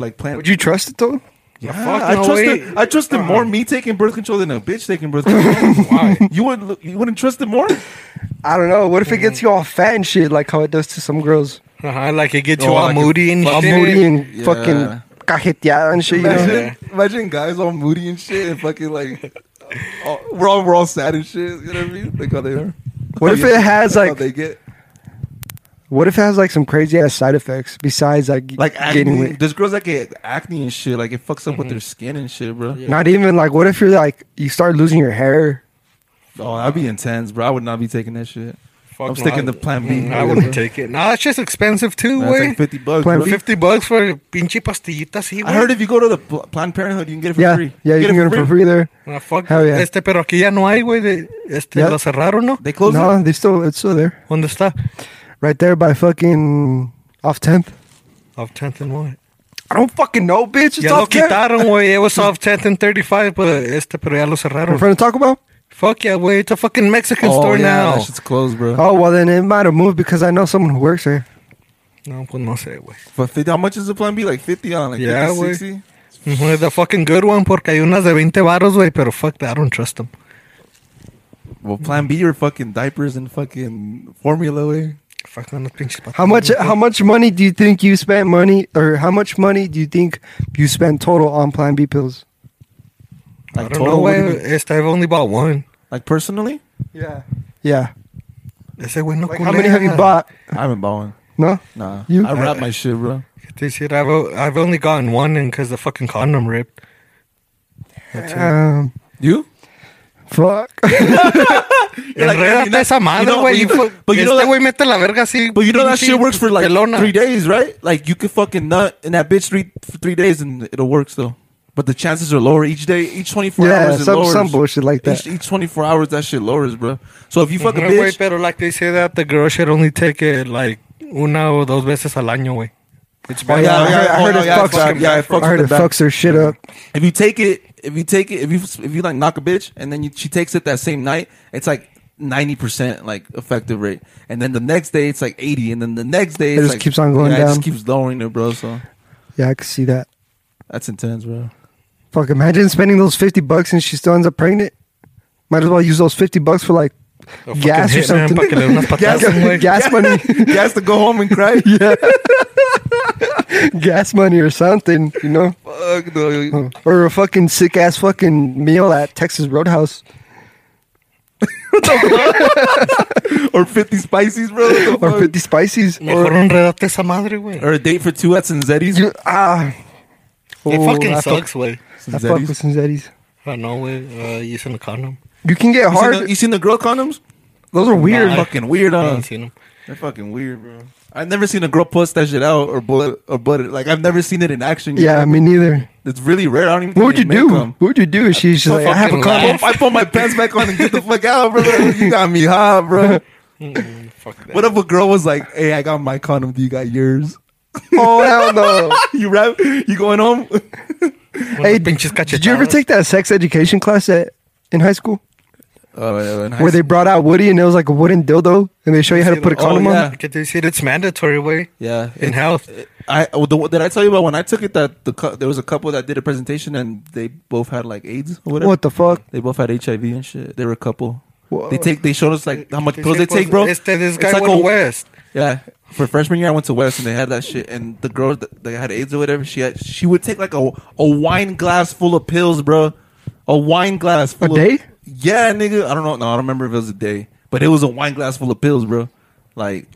Speaker 1: like plant.
Speaker 2: Would you trust it though?
Speaker 1: yeah,
Speaker 3: fuck
Speaker 1: I
Speaker 3: no
Speaker 1: trusted
Speaker 3: way.
Speaker 1: I trusted
Speaker 2: Uh-huh.
Speaker 1: more me taking birth control than a bitch taking birth control.
Speaker 3: Why?
Speaker 1: you wouldn't you wouldn't trust it more?
Speaker 2: I don't know. What if it gets you all fat and shit, like how it does to some girls?
Speaker 3: Uh-huh, like it gets you
Speaker 1: Oh,
Speaker 3: all
Speaker 1: like it-
Speaker 3: moody and
Speaker 2: All
Speaker 3: shit.
Speaker 2: moody and
Speaker 1: Yeah.
Speaker 2: fucking cajeteada and shit. You know?
Speaker 1: Imagine, imagine guys all moody and shit and fucking like all, we're all we're all sad and shit. You know what I mean? Like how they are.
Speaker 2: What if it has,
Speaker 1: That's how
Speaker 2: like-
Speaker 1: they get
Speaker 2: What if it has like some crazy ass side effects besides like
Speaker 1: like
Speaker 2: gaining
Speaker 1: acne?
Speaker 2: weight?
Speaker 1: There's girls that get acne and shit. Like it fucks
Speaker 2: Mm-hmm.
Speaker 1: up with their skin and shit, bro.
Speaker 2: Not even like what if you're like you start losing your hair?
Speaker 1: Oh, that'd be intense, bro. I would not be taking that shit.
Speaker 3: Fuck
Speaker 1: I'm
Speaker 3: no,
Speaker 1: sticking to
Speaker 3: I-
Speaker 1: Plan B.
Speaker 3: I wouldn't take it. Nah, it's just expensive too,
Speaker 1: That's
Speaker 3: güey.
Speaker 1: like 50 bucks.
Speaker 2: Plan
Speaker 1: bro.
Speaker 2: B.
Speaker 3: 50 bucks for pinche pastillita así, güey.
Speaker 1: I heard if you go to the pl- Planned Parenthood, you can get it for
Speaker 2: Yeah,
Speaker 1: free.
Speaker 2: yeah, you can get it for free there.
Speaker 3: Ah, fuck.
Speaker 2: Hell yeah.
Speaker 3: Este, pero aquí ya no hay, güey. de- Este,
Speaker 2: Yeah.
Speaker 3: lo cerraron, ¿no?
Speaker 1: They close it.
Speaker 2: No, they still it's still there,
Speaker 3: ¿Dónde está?
Speaker 2: right there by fucking off tenth.
Speaker 3: Off 10th and what?
Speaker 2: I don't fucking know, bitch. It's
Speaker 3: Ya lo
Speaker 2: off 10th.
Speaker 3: quitaron, güey. It was off 10th and 35, but este, pero ya lo cerraron.
Speaker 2: In front of Taco Bell.
Speaker 3: Fuck yeah, güey. It's a fucking Mexican
Speaker 1: Oh,
Speaker 3: store now.
Speaker 1: That shit's closed, bro.
Speaker 2: Oh well, then it might have moved because I know someone who works there.
Speaker 3: No, pues no sé, güey.
Speaker 1: But 50, how much is the Plan B? Like 50 on like
Speaker 3: Yeah,
Speaker 1: 50,
Speaker 3: güey.
Speaker 1: 60?
Speaker 3: Ujú, The fucking good one, porque hay unas de 20 baros, güey. Pero fuck that, I don't trust them.
Speaker 1: Well, Plan B are fucking diapers and fucking formula, way.
Speaker 3: Fuck, no, no pinches patas.
Speaker 2: How much? How much money do you think you spent money, or how much money do you think you spent total on Plan B pills?
Speaker 1: Like
Speaker 3: I don't know,
Speaker 1: what do you
Speaker 3: güey.
Speaker 1: mean?
Speaker 3: Este, I've only bought one.
Speaker 1: Like personally,
Speaker 2: Yeah. Yeah.
Speaker 3: Ese güey no
Speaker 2: Like, how many have you
Speaker 3: culea.
Speaker 2: bought?
Speaker 1: I haven't bought one.
Speaker 2: No.
Speaker 1: Nah,
Speaker 2: You-
Speaker 1: I wrap my shit, bro.
Speaker 3: Dude, shit, I've, o- I've only gotten one in because the fucking condom ripped.
Speaker 2: Um,
Speaker 1: You?
Speaker 2: fuck.
Speaker 1: like,
Speaker 3: Enrédate
Speaker 1: you know-
Speaker 3: esa
Speaker 1: you
Speaker 3: madre,
Speaker 1: know-
Speaker 3: güey.
Speaker 1: you know-
Speaker 3: y fu-
Speaker 1: but you know
Speaker 3: Este
Speaker 1: that-
Speaker 3: güey mete la verga así.
Speaker 1: But you know that
Speaker 3: pinche
Speaker 1: shit works for like
Speaker 3: pelona.
Speaker 1: three days, right? Like you could fucking nut in that bitch three three days and it'll work still. But the chances are lower each day, each twenty four
Speaker 2: Yeah,
Speaker 1: hours. it
Speaker 2: some-
Speaker 1: lowers.
Speaker 2: some bullshit like that.
Speaker 1: Each, each twenty four hours, that shit lowers, bro. So if you fuck
Speaker 3: No,
Speaker 1: a
Speaker 3: güey,
Speaker 1: bitch,
Speaker 3: pero like they say that the girl should only take it like una o dos veces al año, güey. It's
Speaker 1: Oh,
Speaker 3: bad.
Speaker 1: yeah,
Speaker 2: I heard- I
Speaker 1: oh,
Speaker 2: heard
Speaker 1: no,
Speaker 2: it
Speaker 1: yeah,
Speaker 2: fucks
Speaker 1: fucking
Speaker 2: up.
Speaker 1: Yeah, it fucks
Speaker 2: I heard
Speaker 1: with
Speaker 2: it
Speaker 1: that.
Speaker 2: fucks her shit up.
Speaker 1: If you take it, if you take it, if you if you like knock a bitch and then you, she takes it that same night, it's like ninety percent like effective rate, and then the next day it's like eighty, and then the next day
Speaker 2: It
Speaker 1: it's
Speaker 2: just
Speaker 1: like-
Speaker 2: keeps on going
Speaker 1: yeah, It
Speaker 2: down.
Speaker 1: just keeps lowering it, bro. So
Speaker 2: Yeah, I could see that.
Speaker 1: that's intense, bro.
Speaker 2: Fuck, imagine spending those 50 bucks and she still ends up pregnant. Might as well use those 50 bucks for like
Speaker 3: A fucking
Speaker 2: gas or
Speaker 3: hitman
Speaker 2: something.
Speaker 3: pa' que le dé unas
Speaker 2: gas,
Speaker 3: patadas, güey.
Speaker 2: gas money.
Speaker 1: He has to go home and cry.
Speaker 2: yeah. gas money or something, you know?
Speaker 1: Fuck, no.
Speaker 2: Or a fucking sick ass fucking meal at Texas Roadhouse.
Speaker 1: or fifty spices, bro. What the
Speaker 2: Or
Speaker 1: fuck?
Speaker 2: 50 spices.
Speaker 3: Mejor enredate esa madre, güey.
Speaker 1: Or a date for two at Sinzetti's.
Speaker 2: You- ah.
Speaker 3: It
Speaker 2: Oh,
Speaker 3: fucking
Speaker 2: I fuck-
Speaker 3: sucks, güey.
Speaker 2: I fuck with
Speaker 1: Sinzetti's.
Speaker 2: some Zeddies.
Speaker 3: I know, güey. Uh, using a condom.
Speaker 2: You can get
Speaker 1: You seen, the,
Speaker 2: hard.
Speaker 1: you seen the girl condoms?
Speaker 2: Those are weird.
Speaker 1: Nah. fucking weird,
Speaker 3: I
Speaker 1: huh?
Speaker 3: haven't seen 'em.
Speaker 1: They're fucking weird, bro. I've never seen a girl puss that shit out or bullet or bullet. Like I've never seen it in action. you
Speaker 2: Yeah,
Speaker 1: know?
Speaker 2: me neither.
Speaker 1: it's really rare. I don't even.
Speaker 2: What would you
Speaker 1: think they
Speaker 2: do?
Speaker 1: make 'em.
Speaker 2: What would you do if she's just like, I have a
Speaker 3: fucking
Speaker 2: condom?
Speaker 1: I pull, I pull my pants back on and get the fuck out, bro. You got me hot, bro.
Speaker 3: Fuck that.
Speaker 1: What if a girl was like, "Hey, I got my condom. Do you got yours?"
Speaker 2: Oh hell no!
Speaker 1: you rap? You going home?
Speaker 2: Hey,
Speaker 3: pinches
Speaker 2: Did you ever
Speaker 3: cachetadas.
Speaker 2: take that sex education class at in high school
Speaker 1: Oh, yeah, in high
Speaker 2: where they brought out Woody and it was like a wooden dildo and they show you how to put a
Speaker 1: Oh,
Speaker 2: condom
Speaker 1: yeah.
Speaker 2: on?
Speaker 3: Get this shit. It's mandatory, way.
Speaker 1: Yeah,
Speaker 3: In
Speaker 1: it-
Speaker 3: health.
Speaker 1: I oh, the, did I tell you about when I took it that the cou- there was a couple that did a presentation and they both had like AIDS or whatever.
Speaker 2: What the fuck?
Speaker 1: They both had HIV and shit. They were a couple.
Speaker 2: Whoa.
Speaker 1: They take. They showed us like how much
Speaker 3: This
Speaker 1: pills they
Speaker 3: shit was-
Speaker 1: take, bro.
Speaker 3: Este, this
Speaker 1: It's
Speaker 3: guy
Speaker 1: like
Speaker 3: went
Speaker 1: a-
Speaker 3: west.
Speaker 1: Yeah, for freshman year I went to West and they had that shit. And the girl that that had AIDS or whatever, she had, she would take like a a wine glass full of pills, bro. A wine glass full
Speaker 2: day?
Speaker 1: Of, yeah, nigga. I don't know. No, I don't remember if it was a day, but it was a wine glass full of pills, bro. Like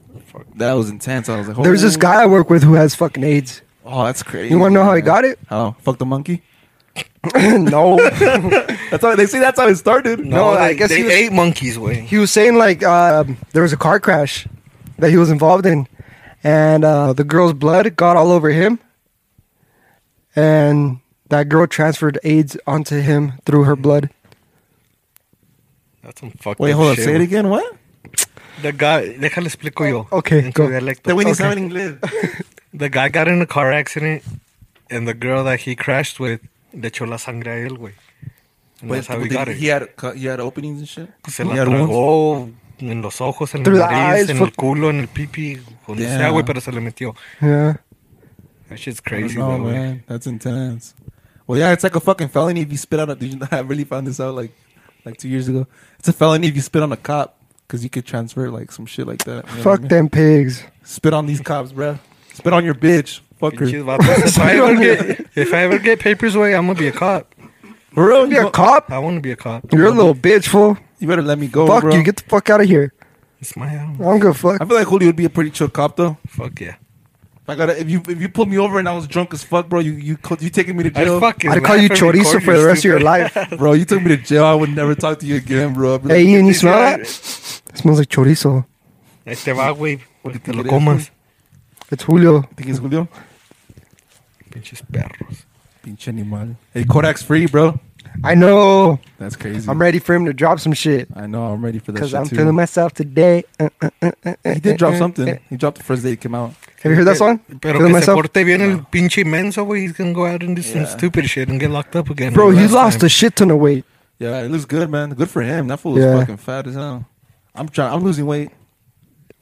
Speaker 1: that was intense. I was like,
Speaker 2: There's this
Speaker 1: "Holy
Speaker 2: guy I work with who has fucking AIDS.
Speaker 1: Oh, that's crazy.
Speaker 2: You wanna know how he
Speaker 1: man.
Speaker 2: got it?
Speaker 1: How? Fuck the monkey?
Speaker 2: no,
Speaker 1: That's how they say that's how it started.
Speaker 2: No, I
Speaker 3: Oh, they,
Speaker 2: guess
Speaker 3: they
Speaker 2: he was-
Speaker 3: ate monkeys, way.
Speaker 2: he was saying like um there was a car crash that he was involved in, and uh, the girl's blood got all over him, and that girl transferred AIDS onto him through her blood.
Speaker 3: That's some fucked
Speaker 1: Wait,
Speaker 3: up
Speaker 1: hold up.
Speaker 3: shit,
Speaker 1: Say it
Speaker 3: güey.
Speaker 1: again. What?
Speaker 3: The guy, déjale explico yo.
Speaker 2: Okay,
Speaker 3: en su
Speaker 2: go.
Speaker 3: dialecto.
Speaker 1: Then we need
Speaker 2: Okay.
Speaker 1: something live.
Speaker 3: The guy got in a car accident, and the girl that he crashed with le echó la sangre a él, güey. And that's how he got it.
Speaker 1: He had cu- he had openings and shit.
Speaker 3: Se
Speaker 1: he
Speaker 3: la
Speaker 1: had wounds?
Speaker 3: tragó en los ojos, en
Speaker 2: Through
Speaker 3: el
Speaker 2: the eyes,
Speaker 3: nariz, en
Speaker 2: fuck.
Speaker 3: el culo, en el pipi, donde sea,
Speaker 1: Damn.
Speaker 3: güey, pero se le metió.
Speaker 2: Yeah.
Speaker 3: That shit's
Speaker 1: I don't
Speaker 3: crazy,
Speaker 1: know,
Speaker 3: though, güey.
Speaker 1: man, that's intense. Well, yeah, it's like a fucking felony if you spit on a. Did you know, I really found this out like like two years ago. It's a felony if you spit on a cop because you could transfer like some shit like that. you know what I
Speaker 2: Fuck
Speaker 1: mean?
Speaker 2: them pigs.
Speaker 1: Spit on these cops, bro. Spit on your bitch,
Speaker 3: Pinches
Speaker 1: fucker.
Speaker 3: vatos. If I ever get- If I ever get papers, way, I'm gonna be a cop.
Speaker 1: For real,
Speaker 2: Be
Speaker 1: Oh, you,
Speaker 2: a cop.
Speaker 3: I want to be a cop.
Speaker 2: You're a little bitch, fool.
Speaker 1: you better let me go,
Speaker 2: fuck
Speaker 1: Oh, bro.
Speaker 2: you. Get the fuck out of here.
Speaker 3: It's my
Speaker 2: I
Speaker 3: own.
Speaker 2: don't give a fuck.
Speaker 1: I feel like Julio would be a pretty chill cop though.
Speaker 3: Fuck yeah.
Speaker 1: If I gotta if you if you pulled me over and I was drunk as fuck, bro, you you co- you taking me to
Speaker 3: I'd
Speaker 1: jail,
Speaker 3: fucking
Speaker 2: I'd call
Speaker 3: laugh
Speaker 2: you
Speaker 3: and
Speaker 2: chorizo
Speaker 3: record
Speaker 2: for
Speaker 3: you,
Speaker 2: the rest of your
Speaker 3: stupid.
Speaker 2: life.
Speaker 1: bro. You took me to jail. I would never talk to you again, bro.
Speaker 2: Hey, Ian, you
Speaker 3: Sí,
Speaker 2: smell
Speaker 3: sí,
Speaker 2: that? smells like chorizo.
Speaker 3: Ahí te va, güey. porque Te lo
Speaker 1: ¿Quieres?
Speaker 3: comas.
Speaker 2: It's Julio.
Speaker 1: think it's Julio.
Speaker 3: Pinches perros.
Speaker 1: Pinche animal. Hey, Kodak's free, bro.
Speaker 2: I know.
Speaker 1: That's crazy.
Speaker 2: I'm ready for him to drop some shit
Speaker 1: I know. I'm ready for that.
Speaker 2: because
Speaker 1: Shit
Speaker 2: I'm
Speaker 1: too.
Speaker 2: feeling myself today. Uh, uh, uh, uh, uh,
Speaker 1: He did drop
Speaker 2: uh, uh.
Speaker 1: something. He dropped the first day it came out.
Speaker 2: Have you heard that song?
Speaker 3: Pero
Speaker 2: Feeling
Speaker 3: que se
Speaker 2: myself.
Speaker 3: porte bien el pinche menso, güey. He's gonna go out and do some
Speaker 1: Yeah.
Speaker 3: stupid shit and get locked up again.
Speaker 2: Bro,
Speaker 3: like
Speaker 2: he
Speaker 3: last
Speaker 2: lost
Speaker 3: time.
Speaker 2: a shit ton of weight.
Speaker 1: Yeah, it looks good, man. Good for him. That fool is
Speaker 2: Yeah.
Speaker 1: fucking fat as hell. I'm trying. I'm losing weight.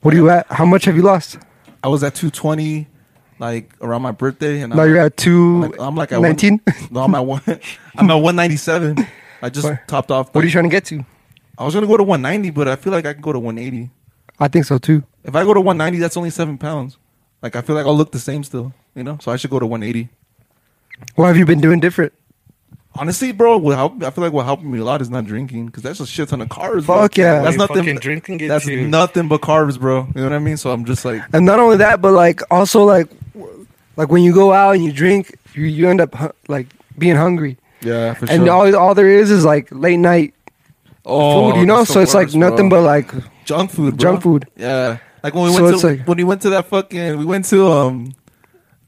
Speaker 2: What are you at? How much have you lost?
Speaker 1: I was at 220, like around my birthday, and
Speaker 2: Now
Speaker 1: I'm,
Speaker 2: you're
Speaker 1: I'm
Speaker 2: at two.
Speaker 1: like, I'm like at
Speaker 2: 19.
Speaker 1: One, no, I'm at one. I'm at 197. I just
Speaker 2: What?
Speaker 1: topped off.
Speaker 2: What are
Speaker 1: like-
Speaker 2: you trying to get to?
Speaker 1: I was gonna go to 190, but I feel like I can go to 180.
Speaker 2: I think so too.
Speaker 1: If I go to 190, that's only seven pounds. Like I feel like I'll look the same still, you know. So I should go to 180.
Speaker 2: What have you been doing different?
Speaker 1: Honestly, bro, what help, I feel like what helped me a lot is not drinking because that's just shit ton of carbs.
Speaker 2: Fuck
Speaker 1: bro.
Speaker 2: yeah.
Speaker 1: that's
Speaker 3: Dude,
Speaker 1: nothing.
Speaker 3: fucking drinking gets
Speaker 1: that's
Speaker 3: you-
Speaker 1: nothing but carbs, bro. You know what I mean? So I'm just like,
Speaker 2: And not only that, but like also like Like when you go out and you drink, you, you end up hu- like being hungry.
Speaker 1: Yeah, for
Speaker 2: and
Speaker 1: sure.
Speaker 2: all all there is is like late night
Speaker 1: Oh,
Speaker 2: food, you know.
Speaker 1: that's the
Speaker 2: So it's like
Speaker 1: worst,
Speaker 2: nothing
Speaker 1: bro.
Speaker 2: but like
Speaker 1: junk food, bro.
Speaker 2: Junk food.
Speaker 1: Yeah, like when we
Speaker 2: So
Speaker 1: went
Speaker 2: it's
Speaker 1: to
Speaker 2: like-
Speaker 1: when we went to that fucking we went to um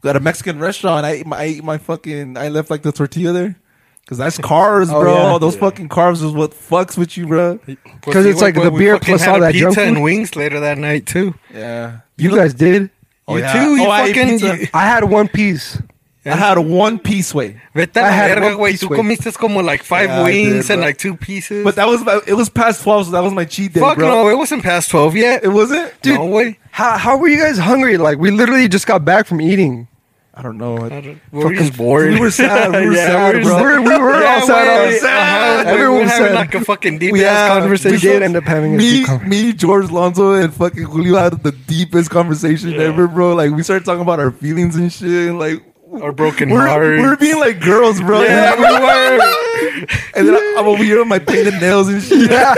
Speaker 1: at a Mexican restaurant. I ate my, I ate my fucking I left like the tortilla there because that's carbs,
Speaker 2: Oh,
Speaker 1: bro.
Speaker 2: yeah.
Speaker 1: Those fucking carbs is what fucks with you, bro.
Speaker 2: Because it's like the beer plus all that junk
Speaker 3: pizza and
Speaker 2: food.
Speaker 3: wings later that night too.
Speaker 1: Yeah,
Speaker 2: you guys did.
Speaker 1: Oh,
Speaker 3: you
Speaker 1: yeah.
Speaker 3: too. You
Speaker 1: Oh, I ate
Speaker 3: fucking.
Speaker 1: pizza.
Speaker 3: you-
Speaker 2: I had one piece.
Speaker 1: I had a one piece way,
Speaker 3: Vete a
Speaker 2: I had
Speaker 3: la verga,
Speaker 2: one
Speaker 3: güey.
Speaker 2: piece,
Speaker 3: Tú
Speaker 2: güey.
Speaker 3: comiste como like five
Speaker 1: Yeah, I did,
Speaker 3: wings and
Speaker 1: bro.
Speaker 3: like two pieces.
Speaker 1: but that was my, it was past twelve, so that was my cheat day,
Speaker 3: fuck
Speaker 1: bro.
Speaker 3: no, it wasn't past twelve yet.
Speaker 1: It wasn't,
Speaker 3: no way.
Speaker 2: How how were you guys hungry? Like we literally just got back from eating.
Speaker 1: I don't know.
Speaker 3: I
Speaker 1: I-
Speaker 3: don't- We were
Speaker 2: Fucking
Speaker 3: just bored.
Speaker 1: We were sad. We were
Speaker 3: Yeah,
Speaker 1: sad,
Speaker 3: we were
Speaker 1: bro.
Speaker 2: We were, we were all sad.
Speaker 3: güey.
Speaker 2: I was-
Speaker 3: Ajá, güey,
Speaker 2: Everyone
Speaker 3: we were having
Speaker 2: said-
Speaker 3: like a fucking deep
Speaker 2: Yeah,
Speaker 3: ass
Speaker 2: we
Speaker 3: conversation.
Speaker 2: did end up having a
Speaker 1: me,
Speaker 2: deep conversation.
Speaker 1: me, George Lonzo, and fucking Julio had the deepest conversation ever, bro. Like we started talking about our feelings and shit, and like
Speaker 3: Our broken
Speaker 1: we're,
Speaker 3: hearts.
Speaker 1: we're being like girls, bro.
Speaker 3: yeah,
Speaker 1: Yeah.
Speaker 3: we were.
Speaker 1: and then I, am over here with my painted nails and shit. Yeah,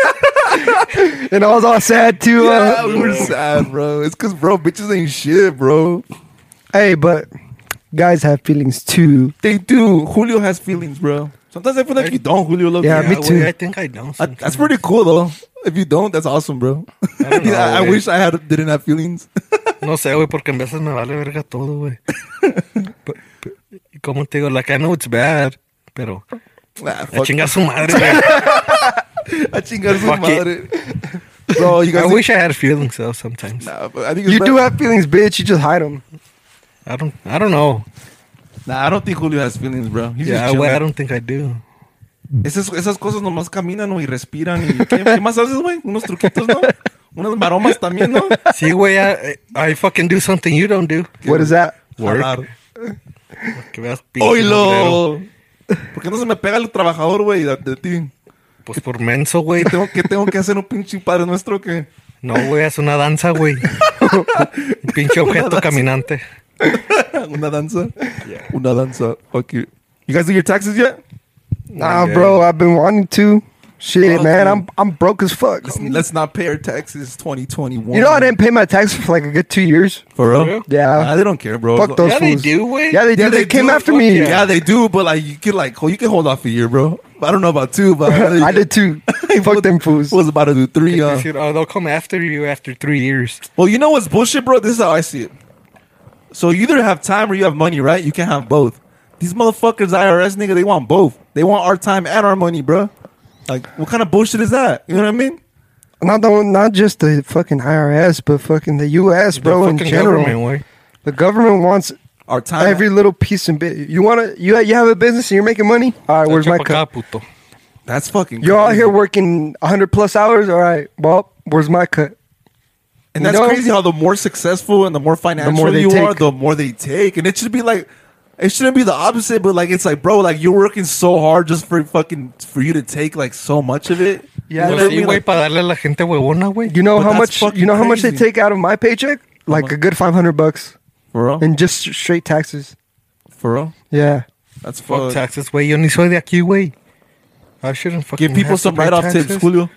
Speaker 2: and I was all sad too. uh,
Speaker 1: we were sad, bro. It's because bro, bitches ain't shit, bro.
Speaker 2: Hey, but guys have feelings too.
Speaker 1: They do. Julio has feelings, bro. Sometimes I feel like you don't, Julio. Love
Speaker 2: Yeah, me
Speaker 1: I-
Speaker 2: too.
Speaker 3: Wait, Ah, I think I know.
Speaker 1: I-
Speaker 3: something.
Speaker 1: that's pretty cool though. If you don't, that's awesome, bro. I,
Speaker 3: don't know,
Speaker 1: I
Speaker 3: güey.
Speaker 1: wish I had didn't have feelings.
Speaker 3: No sé, güey, porque en veces me vale verga todo, güey. Pe- pe- ¿Cómo te digo? Like, I know it's bad, pero...
Speaker 1: Nah,
Speaker 3: A
Speaker 1: fuck,
Speaker 3: chingar su madre, güey.
Speaker 1: a chingar su
Speaker 3: Fuck it.
Speaker 1: madre. Bro, you guys.
Speaker 3: I wish I had feelings, though, sometimes.
Speaker 1: Nah, but I think it's
Speaker 2: You
Speaker 1: better-
Speaker 2: do have feelings, bitch. You just hide them.
Speaker 3: I don't I don't know.
Speaker 1: Nah, I don't think Julio has feelings, bro. He's
Speaker 3: Yeah,
Speaker 1: just
Speaker 3: güey, I
Speaker 1: chilling.
Speaker 3: don't think I do.
Speaker 1: Esas, esas cosas nomás caminan güey, y respiran. Y, ¿qué, qué más haces, güey? Unos truquitos, ¿no? Unas maromas también, ¿no?
Speaker 3: See, güey, I, I fucking do something you don't do.
Speaker 2: What is that?
Speaker 1: Jalar.
Speaker 3: Que veas pinche mugrero.
Speaker 1: ¡Oilo! ¿Por qué no se me pega el trabajador, güey, de, de ti?
Speaker 3: Pues por menso, güey.
Speaker 1: ¿Qué tengo, ¿Qué tengo que hacer un pinche padre nuestro que...?
Speaker 3: No, güey, es una danza, güey. Un pinche objeto caminante.
Speaker 1: Una danza. Una danza. Fuck you. You guys do your taxes yet?
Speaker 2: Nah,
Speaker 3: Okay.
Speaker 2: bro. I've been wanting to. Shit,
Speaker 1: Fuck
Speaker 2: man.
Speaker 1: you.
Speaker 2: I'm I'm broke as fuck.
Speaker 1: Let's, let's not pay our taxes 2021.
Speaker 2: Mm. You know I didn't pay my taxes for like a good two years.
Speaker 1: For
Speaker 3: Yeah.
Speaker 1: real?
Speaker 2: Yeah.
Speaker 1: Nah, Oh, they don't care, bro.
Speaker 2: Fuck those
Speaker 3: Yeah, they
Speaker 2: fools.
Speaker 3: do, güey.
Speaker 2: Yeah, they do.
Speaker 1: Yeah,
Speaker 2: they, came
Speaker 1: do.
Speaker 2: after
Speaker 1: Fuck
Speaker 2: me.
Speaker 1: Yeah. they do, but like you can like hold- you can hold off a year, bro. I don't know about two, but
Speaker 2: I did too. fuck them fools.
Speaker 1: Was about to do three.
Speaker 3: You
Speaker 1: Uh,
Speaker 3: see, oh, they'll come after you after three years.
Speaker 1: well, you know what's bullshit, bro? This is how I see it. So you either have time or you have money, right? You can't have both. These motherfuckers, IRS nigga, they want both. They want our time and our money, bro. Like, what kind of bullshit is that? You know what I mean?
Speaker 2: Not the, not just the fucking IRS, but fucking the U.S. bro
Speaker 3: The
Speaker 2: in
Speaker 3: fucking
Speaker 2: general.
Speaker 3: government, güey.
Speaker 2: The government wants
Speaker 1: Our time.
Speaker 2: every little piece and bit. You wanna you you have a business and you're making money. All right, where's my
Speaker 3: Chupa
Speaker 2: cut?
Speaker 3: acá, puto.
Speaker 1: that's fucking.
Speaker 2: You're out
Speaker 1: crazy.
Speaker 2: here working 100 plus hours. All right, well, where's my cut?
Speaker 1: And
Speaker 2: You
Speaker 1: that's
Speaker 2: know?
Speaker 1: crazy how the more successful and the more financial
Speaker 2: they
Speaker 1: you are,
Speaker 2: take.
Speaker 1: the more they take. And it should be like, it shouldn't be the opposite, but like, it's like, bro, like you're working so hard just for fucking, for you to take like so much of it.
Speaker 2: Yeah,
Speaker 1: You know
Speaker 2: no,
Speaker 1: what I
Speaker 3: Pues sí,
Speaker 1: mean?
Speaker 3: güey,
Speaker 1: Like,
Speaker 3: para darle a la gente huevona, güey.
Speaker 2: You know
Speaker 1: But
Speaker 2: how
Speaker 1: that's
Speaker 2: much
Speaker 1: fucking
Speaker 2: you know how much they
Speaker 1: crazy.
Speaker 2: take out of my paycheck? Like
Speaker 1: much?
Speaker 2: a good 500 bucks
Speaker 1: for real?
Speaker 2: in just straight taxes.
Speaker 1: for real?
Speaker 2: Yeah.
Speaker 1: That's
Speaker 3: Fuck
Speaker 1: fuck.
Speaker 3: taxes, güey. Yo ni soy de aquí, güey. I shouldn't fucking
Speaker 1: Give people
Speaker 3: have to
Speaker 1: some
Speaker 3: pay
Speaker 1: write off
Speaker 3: taxes.
Speaker 1: tips, Julio.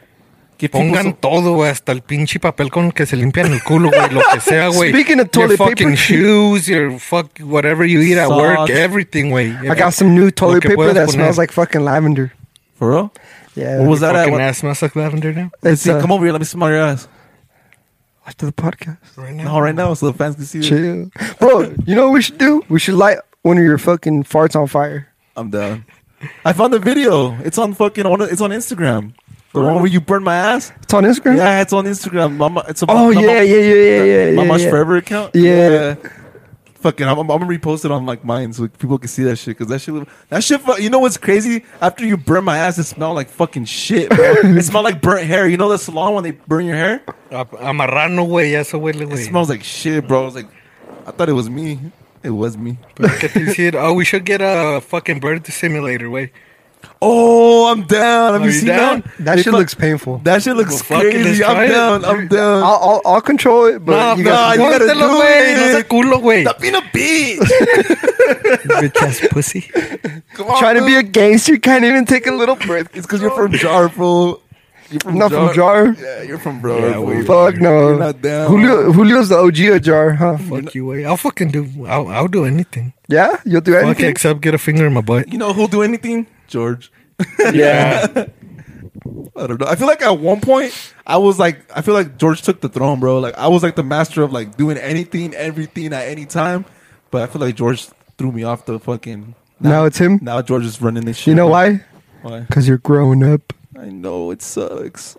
Speaker 1: Give people
Speaker 3: Pongan
Speaker 1: some.
Speaker 3: todo, güey, hasta el pinche papel con el que se limpian el culo, güey, lo que sea, güey.
Speaker 2: Speaking of
Speaker 3: your
Speaker 2: toilet
Speaker 3: fucking
Speaker 2: paper-
Speaker 3: shoes, your fuck whatever you eat at work,
Speaker 1: Socks.
Speaker 3: everything, güey.
Speaker 2: I got some new toilet
Speaker 3: que
Speaker 2: paper
Speaker 3: puedas
Speaker 2: that
Speaker 3: poner.
Speaker 2: smells like fucking lavender.
Speaker 1: For real?
Speaker 2: Yeah.
Speaker 1: What was that at?
Speaker 3: Fucking
Speaker 1: What-
Speaker 3: ass smells like lavender now.
Speaker 1: Let's
Speaker 2: It's,
Speaker 1: see,
Speaker 2: uh,
Speaker 1: come over here. Let me smell your ass.
Speaker 2: After the podcast.
Speaker 3: Right
Speaker 1: No, right now, so the fans can see it.
Speaker 2: Chill. Bro, you know what we should do? We should light one of your fucking farts on fire.
Speaker 1: I'm down. I found the video. It's on fucking, on- it's on Instagram. The one where you burn my ass?
Speaker 2: It's on Instagram?
Speaker 1: Yeah, it's on Instagram. Mama, it's a
Speaker 2: Oh,
Speaker 1: mama-
Speaker 2: yeah, yeah, yeah, yeah, yeah. yeah,
Speaker 1: Mama's
Speaker 2: yeah.
Speaker 1: Forever account.
Speaker 2: Yeah.
Speaker 1: Fucking, I'm, I'm gonna repost it on like mine so people can see that shit. Cause that shit, that shit, fu- you know what's crazy? After you burn my ass, it smelled like fucking shit, bro. it smelled like burnt hair. You know the salon when they burn your hair?
Speaker 3: A- Amarrano, güey, eso huele,
Speaker 1: It
Speaker 3: güey.
Speaker 1: smells like shit, bro. I was like, I thought it was me. It was me.
Speaker 3: Pero ¿Qué te decir? Oh, we should get a fucking bird simulator, güey.
Speaker 1: Oh, I'm down. Have
Speaker 3: Are
Speaker 1: you
Speaker 3: you
Speaker 1: seen
Speaker 3: down?
Speaker 1: that?
Speaker 2: That
Speaker 1: They
Speaker 2: shit
Speaker 1: fuck-
Speaker 2: looks painful.
Speaker 1: That shit
Speaker 3: Well,
Speaker 1: looks
Speaker 3: fucking
Speaker 1: crazy.
Speaker 3: destroy
Speaker 1: I'm
Speaker 3: it.
Speaker 1: down. I'm down.
Speaker 2: I'll, I'll, I'll control it, but you
Speaker 1: nah,
Speaker 2: got
Speaker 1: you gotta
Speaker 3: póntelo,
Speaker 1: do
Speaker 3: güey,
Speaker 1: it.
Speaker 3: No se culo, güey.
Speaker 1: Stop being a bitch.
Speaker 3: Bitch ass pussy.
Speaker 1: Come on,
Speaker 2: trying to
Speaker 1: dude.
Speaker 2: be a gangster, can't even take a little breath.
Speaker 1: It's because you're from Jarville. You're from
Speaker 2: Not from Jar.
Speaker 1: Yeah, you're from Jar. fool.
Speaker 2: Fuck no.
Speaker 1: You're not down.
Speaker 2: Julio, Julio's the OG of Jar, huh?
Speaker 3: Fuck you, way. I'll fucking do. I'll, I'll do anything.
Speaker 2: Yeah, you'll do
Speaker 3: Fuck
Speaker 2: anything.
Speaker 3: except get a finger in my butt.
Speaker 1: You know who'll do anything? George.
Speaker 2: Yeah,
Speaker 1: I don't know. I feel like at one point I was like, I feel like George took the throne, bro. Like I was like the master of like doing anything, everything at any time. But I feel like George threw me off the fucking.
Speaker 2: Now it's him?
Speaker 1: Now George is running this shit.
Speaker 2: you know why?
Speaker 1: Why?
Speaker 2: Because you're growing up.
Speaker 1: I know it sucks.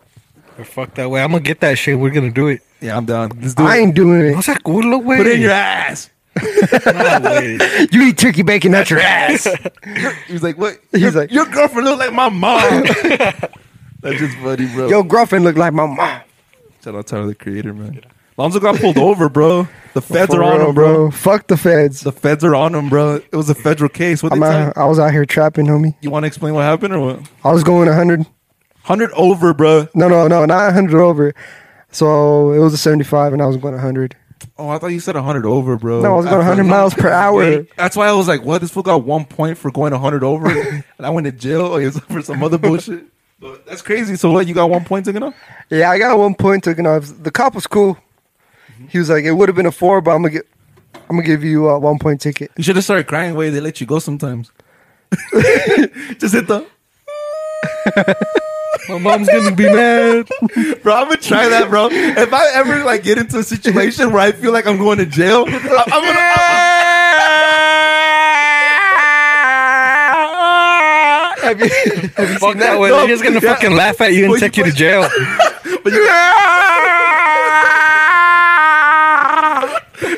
Speaker 3: Fuck that way. I'm gonna get that shit. We're gonna do it.
Speaker 1: Yeah, I'm down. Let's do
Speaker 2: I
Speaker 1: it.
Speaker 2: ain't doing
Speaker 3: I was like, culo, güey.
Speaker 1: Put it in your ass.
Speaker 3: Nah, güey.
Speaker 2: it. You eat turkey bacon, that's your ass.
Speaker 1: He was like, "What?"
Speaker 2: He's
Speaker 1: your,
Speaker 2: like-
Speaker 1: "Your girlfriend looks like my mom." That's just funny, bro.
Speaker 2: Yo, girlfriend look like my mom.
Speaker 1: Shout out to the creator, man. Lonzo got pulled over, bro. The feds are
Speaker 2: For
Speaker 1: on
Speaker 2: real,
Speaker 1: him, bro.
Speaker 2: Fuck the feds.
Speaker 1: The feds are on him, bro. It was a federal case. What they
Speaker 2: I'm
Speaker 1: tell you?
Speaker 2: out, I was out here trapping, homie.
Speaker 1: You want to explain what happened or what?
Speaker 2: I was going 100.
Speaker 1: Hundred over, bro.
Speaker 2: No, no, no, not 100 over. So it was a 75, and I was going 100.
Speaker 1: Oh, I thought you said hundred over, bro.
Speaker 2: No, I was going 100 miles per hour.
Speaker 1: That's why I was like, "What? This fool got one point for going hundred over, and I went to jail or for some other bullshit." So that's crazy. So what? You got one point taken off?
Speaker 2: Yeah, I got one point taken off. The cop was cool.
Speaker 1: Mm-hmm.
Speaker 2: He was like, "It would have been a four, but I'm gonna get, I'm gonna give you a one point ticket."
Speaker 1: You should have started crying. Way they let you go sometimes. Just hit the.
Speaker 3: My mom's gonna be mad.
Speaker 1: Bro, I'm gonna try that, bro. If I ever like get into a situation where I feel like I'm going to jail, I- I'm gonna.
Speaker 2: Have you- have you
Speaker 3: Fuck that way.
Speaker 1: No, pues,
Speaker 3: They're just gonna
Speaker 1: yeah.
Speaker 3: fucking laugh at you and
Speaker 1: Well, you
Speaker 3: take you to
Speaker 1: put-
Speaker 3: jail.
Speaker 1: But you,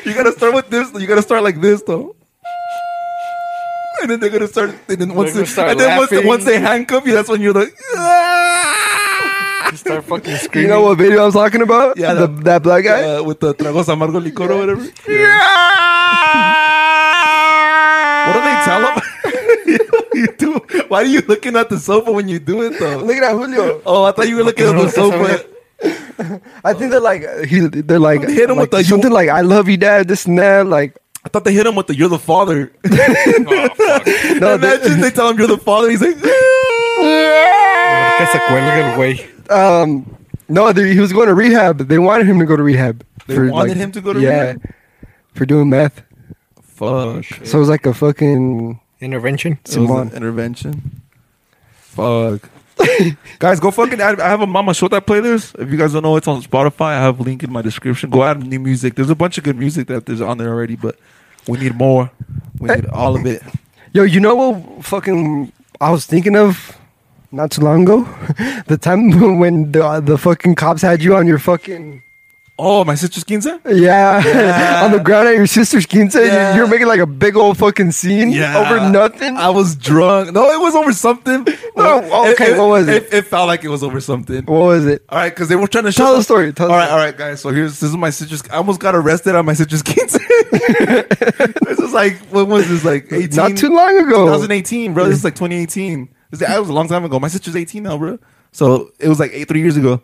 Speaker 1: you gotta start with this. You gotta start like this, though. And then they're gonna start. And then once,
Speaker 3: gonna
Speaker 1: they,
Speaker 3: start
Speaker 1: and then once, they,
Speaker 3: laughing.
Speaker 1: once they handcuff you, that's when you're like.
Speaker 3: Start fucking
Speaker 2: seen- you
Speaker 3: screaming.
Speaker 2: know what video I was talking about?
Speaker 1: Yeah,
Speaker 2: The-
Speaker 1: that-
Speaker 2: that black guy.
Speaker 1: Uh, with the tragos amargo licor or whatever. What do they tell them? you do. Why are you looking at the sofa when you do it though?
Speaker 2: Look at that Julio.
Speaker 1: Oh, I thought you were looking at the sofa.
Speaker 2: I think they're like uh, he. They're like
Speaker 1: Hit him with
Speaker 2: like
Speaker 1: the-
Speaker 2: something like "I love you, Dad." This and that. Like
Speaker 1: I thought they hit him with the "You're the father."
Speaker 3: Oh,
Speaker 2: no, they-
Speaker 1: Imagine they tell him you're the father. He's like,
Speaker 3: Que se cuelga el güey.
Speaker 2: um, no. They, he was going to rehab. They wanted him to go to rehab.
Speaker 1: They wanted him to go to
Speaker 2: yeah,
Speaker 1: rehab?
Speaker 2: for doing meth.
Speaker 1: "Fuck."
Speaker 2: So it was like a fucking
Speaker 3: Intervention.
Speaker 1: It was
Speaker 2: Simone.
Speaker 1: an intervention. Fuck. guys, go fucking add. I have a Mama Shota playlist. If you guys don't know, it's on Spotify. I have a link in my description. Go add new music. There's a bunch of good music that there's on there already, but we need more. We need all of it.
Speaker 2: Yo, you know what fucking I was thinking of not too long ago? the time when the the fucking cops had you on your fucking
Speaker 1: Oh, my sister's quince?
Speaker 2: yeah, on the ground at your sister's quince. and
Speaker 1: Yeah.
Speaker 2: You're making like a big old fucking scene over nothing.
Speaker 1: I was drunk. No, it was over something.
Speaker 2: No, okay, what was it?
Speaker 1: It, felt like it was over something.
Speaker 2: what was it?
Speaker 1: All right, because they were trying to
Speaker 2: Tell
Speaker 1: shut
Speaker 2: the
Speaker 1: us-
Speaker 2: story, tell the
Speaker 1: all right,
Speaker 2: story.
Speaker 1: all right, guys. So here's this is my citrus. I almost got arrested on my citrus kids. this is like when was this like 18?
Speaker 2: Not too long ago.
Speaker 1: 2018, bro. This is like 2018. This is, that was a long time ago. My sister's 18 now, bro. So it was like eight, three years ago.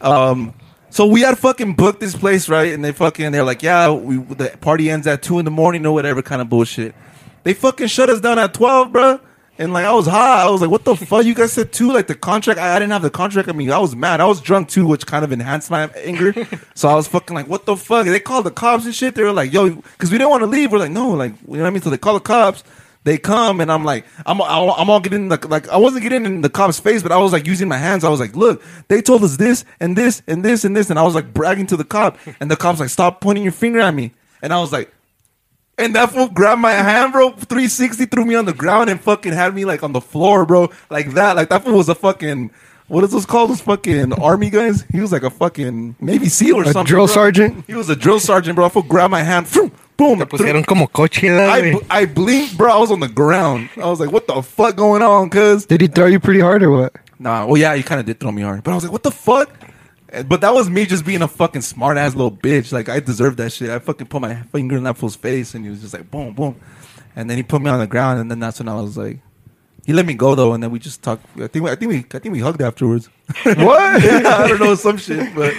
Speaker 1: Um, so we had fucking booked this place, right? And they fucking they're like, yeah, we the party ends at two in the morning or whatever kind of bullshit. They fucking shut us down at 12, bro. And like I was high, I was like, "What the fuck?" You guys said two, like the contract. I, I didn't have the contract. I mean, I was mad. I was drunk too, which kind of enhanced my anger. so I was fucking like, "What the fuck?" They called the cops and shit. They were like, "Yo," because we didn't want to leave. We're like, "No," like you know what I mean. So they call the cops. They come and I'm like, I'm I'm I'm all getting in the like I wasn't getting in the cop's face, but I was like using my hands. I was like, look, they told us this and this and this and this, and I was like bragging to the cop, and the cop's like, stop pointing your finger at me, and I was like, and that fool grabbed my hand, bro. 360 threw me on the ground and fucking had me like on the floor, bro. Like that. Like that fool was a fucking what is this called? Those fucking army guys? He was like a fucking Navy SEAL or
Speaker 2: A
Speaker 1: something.
Speaker 2: drill
Speaker 1: bro.
Speaker 2: sergeant?
Speaker 1: He was a drill sergeant, bro. I fool grabbed my hand. phew, Boom.
Speaker 3: Te
Speaker 1: threw-
Speaker 3: pusieron como cochila,
Speaker 1: I,
Speaker 3: güey.
Speaker 1: bl- I blinked, bro. I was on the ground. I was like, what the fuck going on, cuz?
Speaker 2: Did he throw you pretty hard or what?
Speaker 1: Nah, well, yeah, you kind of did throw me hard. But I was like, what the fuck? And- But that was me just being a fucking smart ass little bitch. Like, I deserved that shit. I fucking put my finger in that fool's face and he was just like, boom, boom. And then he put me on the ground and then that's when I was like, he let me go though, and then we just talked. I think I think we I think we hugged afterwards.
Speaker 2: What?
Speaker 1: Yeah, I don't know some shit, but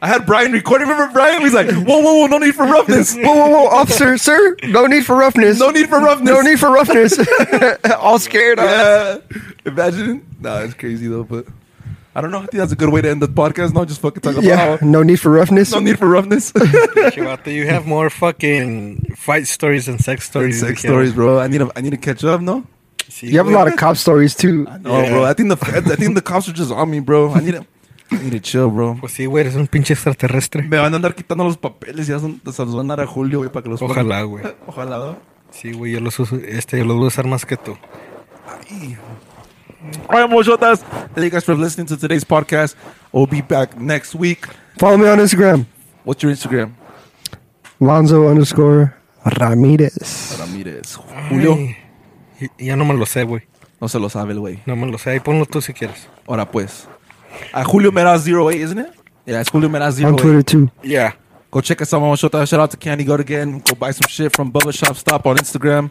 Speaker 1: I had Brian recording. Remember Brian? He's like, whoa, whoa, whoa, no need for roughness.
Speaker 2: Whoa, whoa, whoa, officer, sir! No need for roughness.
Speaker 1: No need for roughness.
Speaker 2: No need for roughness. All scared. huh?
Speaker 1: Uh, Yeah. Imagine. Nah, it's crazy though, but I don't know. I think that's a good way to end the podcast. No, just fucking talk about
Speaker 2: Yeah,
Speaker 1: how
Speaker 2: no need for roughness.
Speaker 1: no need for roughness.
Speaker 3: Chihuahua, you have more fucking fight stories and sex stories.
Speaker 1: Sex stories, bro. I need to, I need to catch up. No,
Speaker 2: You have a lot of cop stories too.
Speaker 1: no,
Speaker 3: Yeah.
Speaker 1: bro. I think the I think the cops are just on me, bro. I need to, I need to chill, bro.
Speaker 3: Pues sí, güey, eres un pinche extraterrestre.
Speaker 1: Me van a andar quitando los papeles. Ya son, se los van a dar a Julio, güey, para que los ponga.
Speaker 3: Ojalá, güey.
Speaker 1: Ojalá, ¿no?
Speaker 3: Sí, güey, yo los uso, este, yo los voy a usar más que tú.
Speaker 1: Ay. All right, Mojotas. Thank you guys for listening to today's podcast. We'll be back next week.
Speaker 2: Follow me on Instagram,
Speaker 1: What's your Instagram?
Speaker 2: Lonzo underscore Ramirez.
Speaker 1: Ramírez. Julio.
Speaker 3: Ay, y- ya no me lo sé, güey.
Speaker 1: No se lo sabe el güey.
Speaker 3: No me lo sé. Ahí ponlo tú si quieres.
Speaker 1: Ahora pues. A Julio Meraz 08, isn't it? Yeah, it's Julio Meraz 08.
Speaker 2: On Twitter too.
Speaker 3: Yeah.
Speaker 1: Go check us out, Mama Shota. Shout out to Candy Goat again. Go buy some shit from Bubba Shop Stop on Instagram.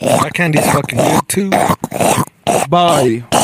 Speaker 3: My candy's fucking good too.
Speaker 1: Bye.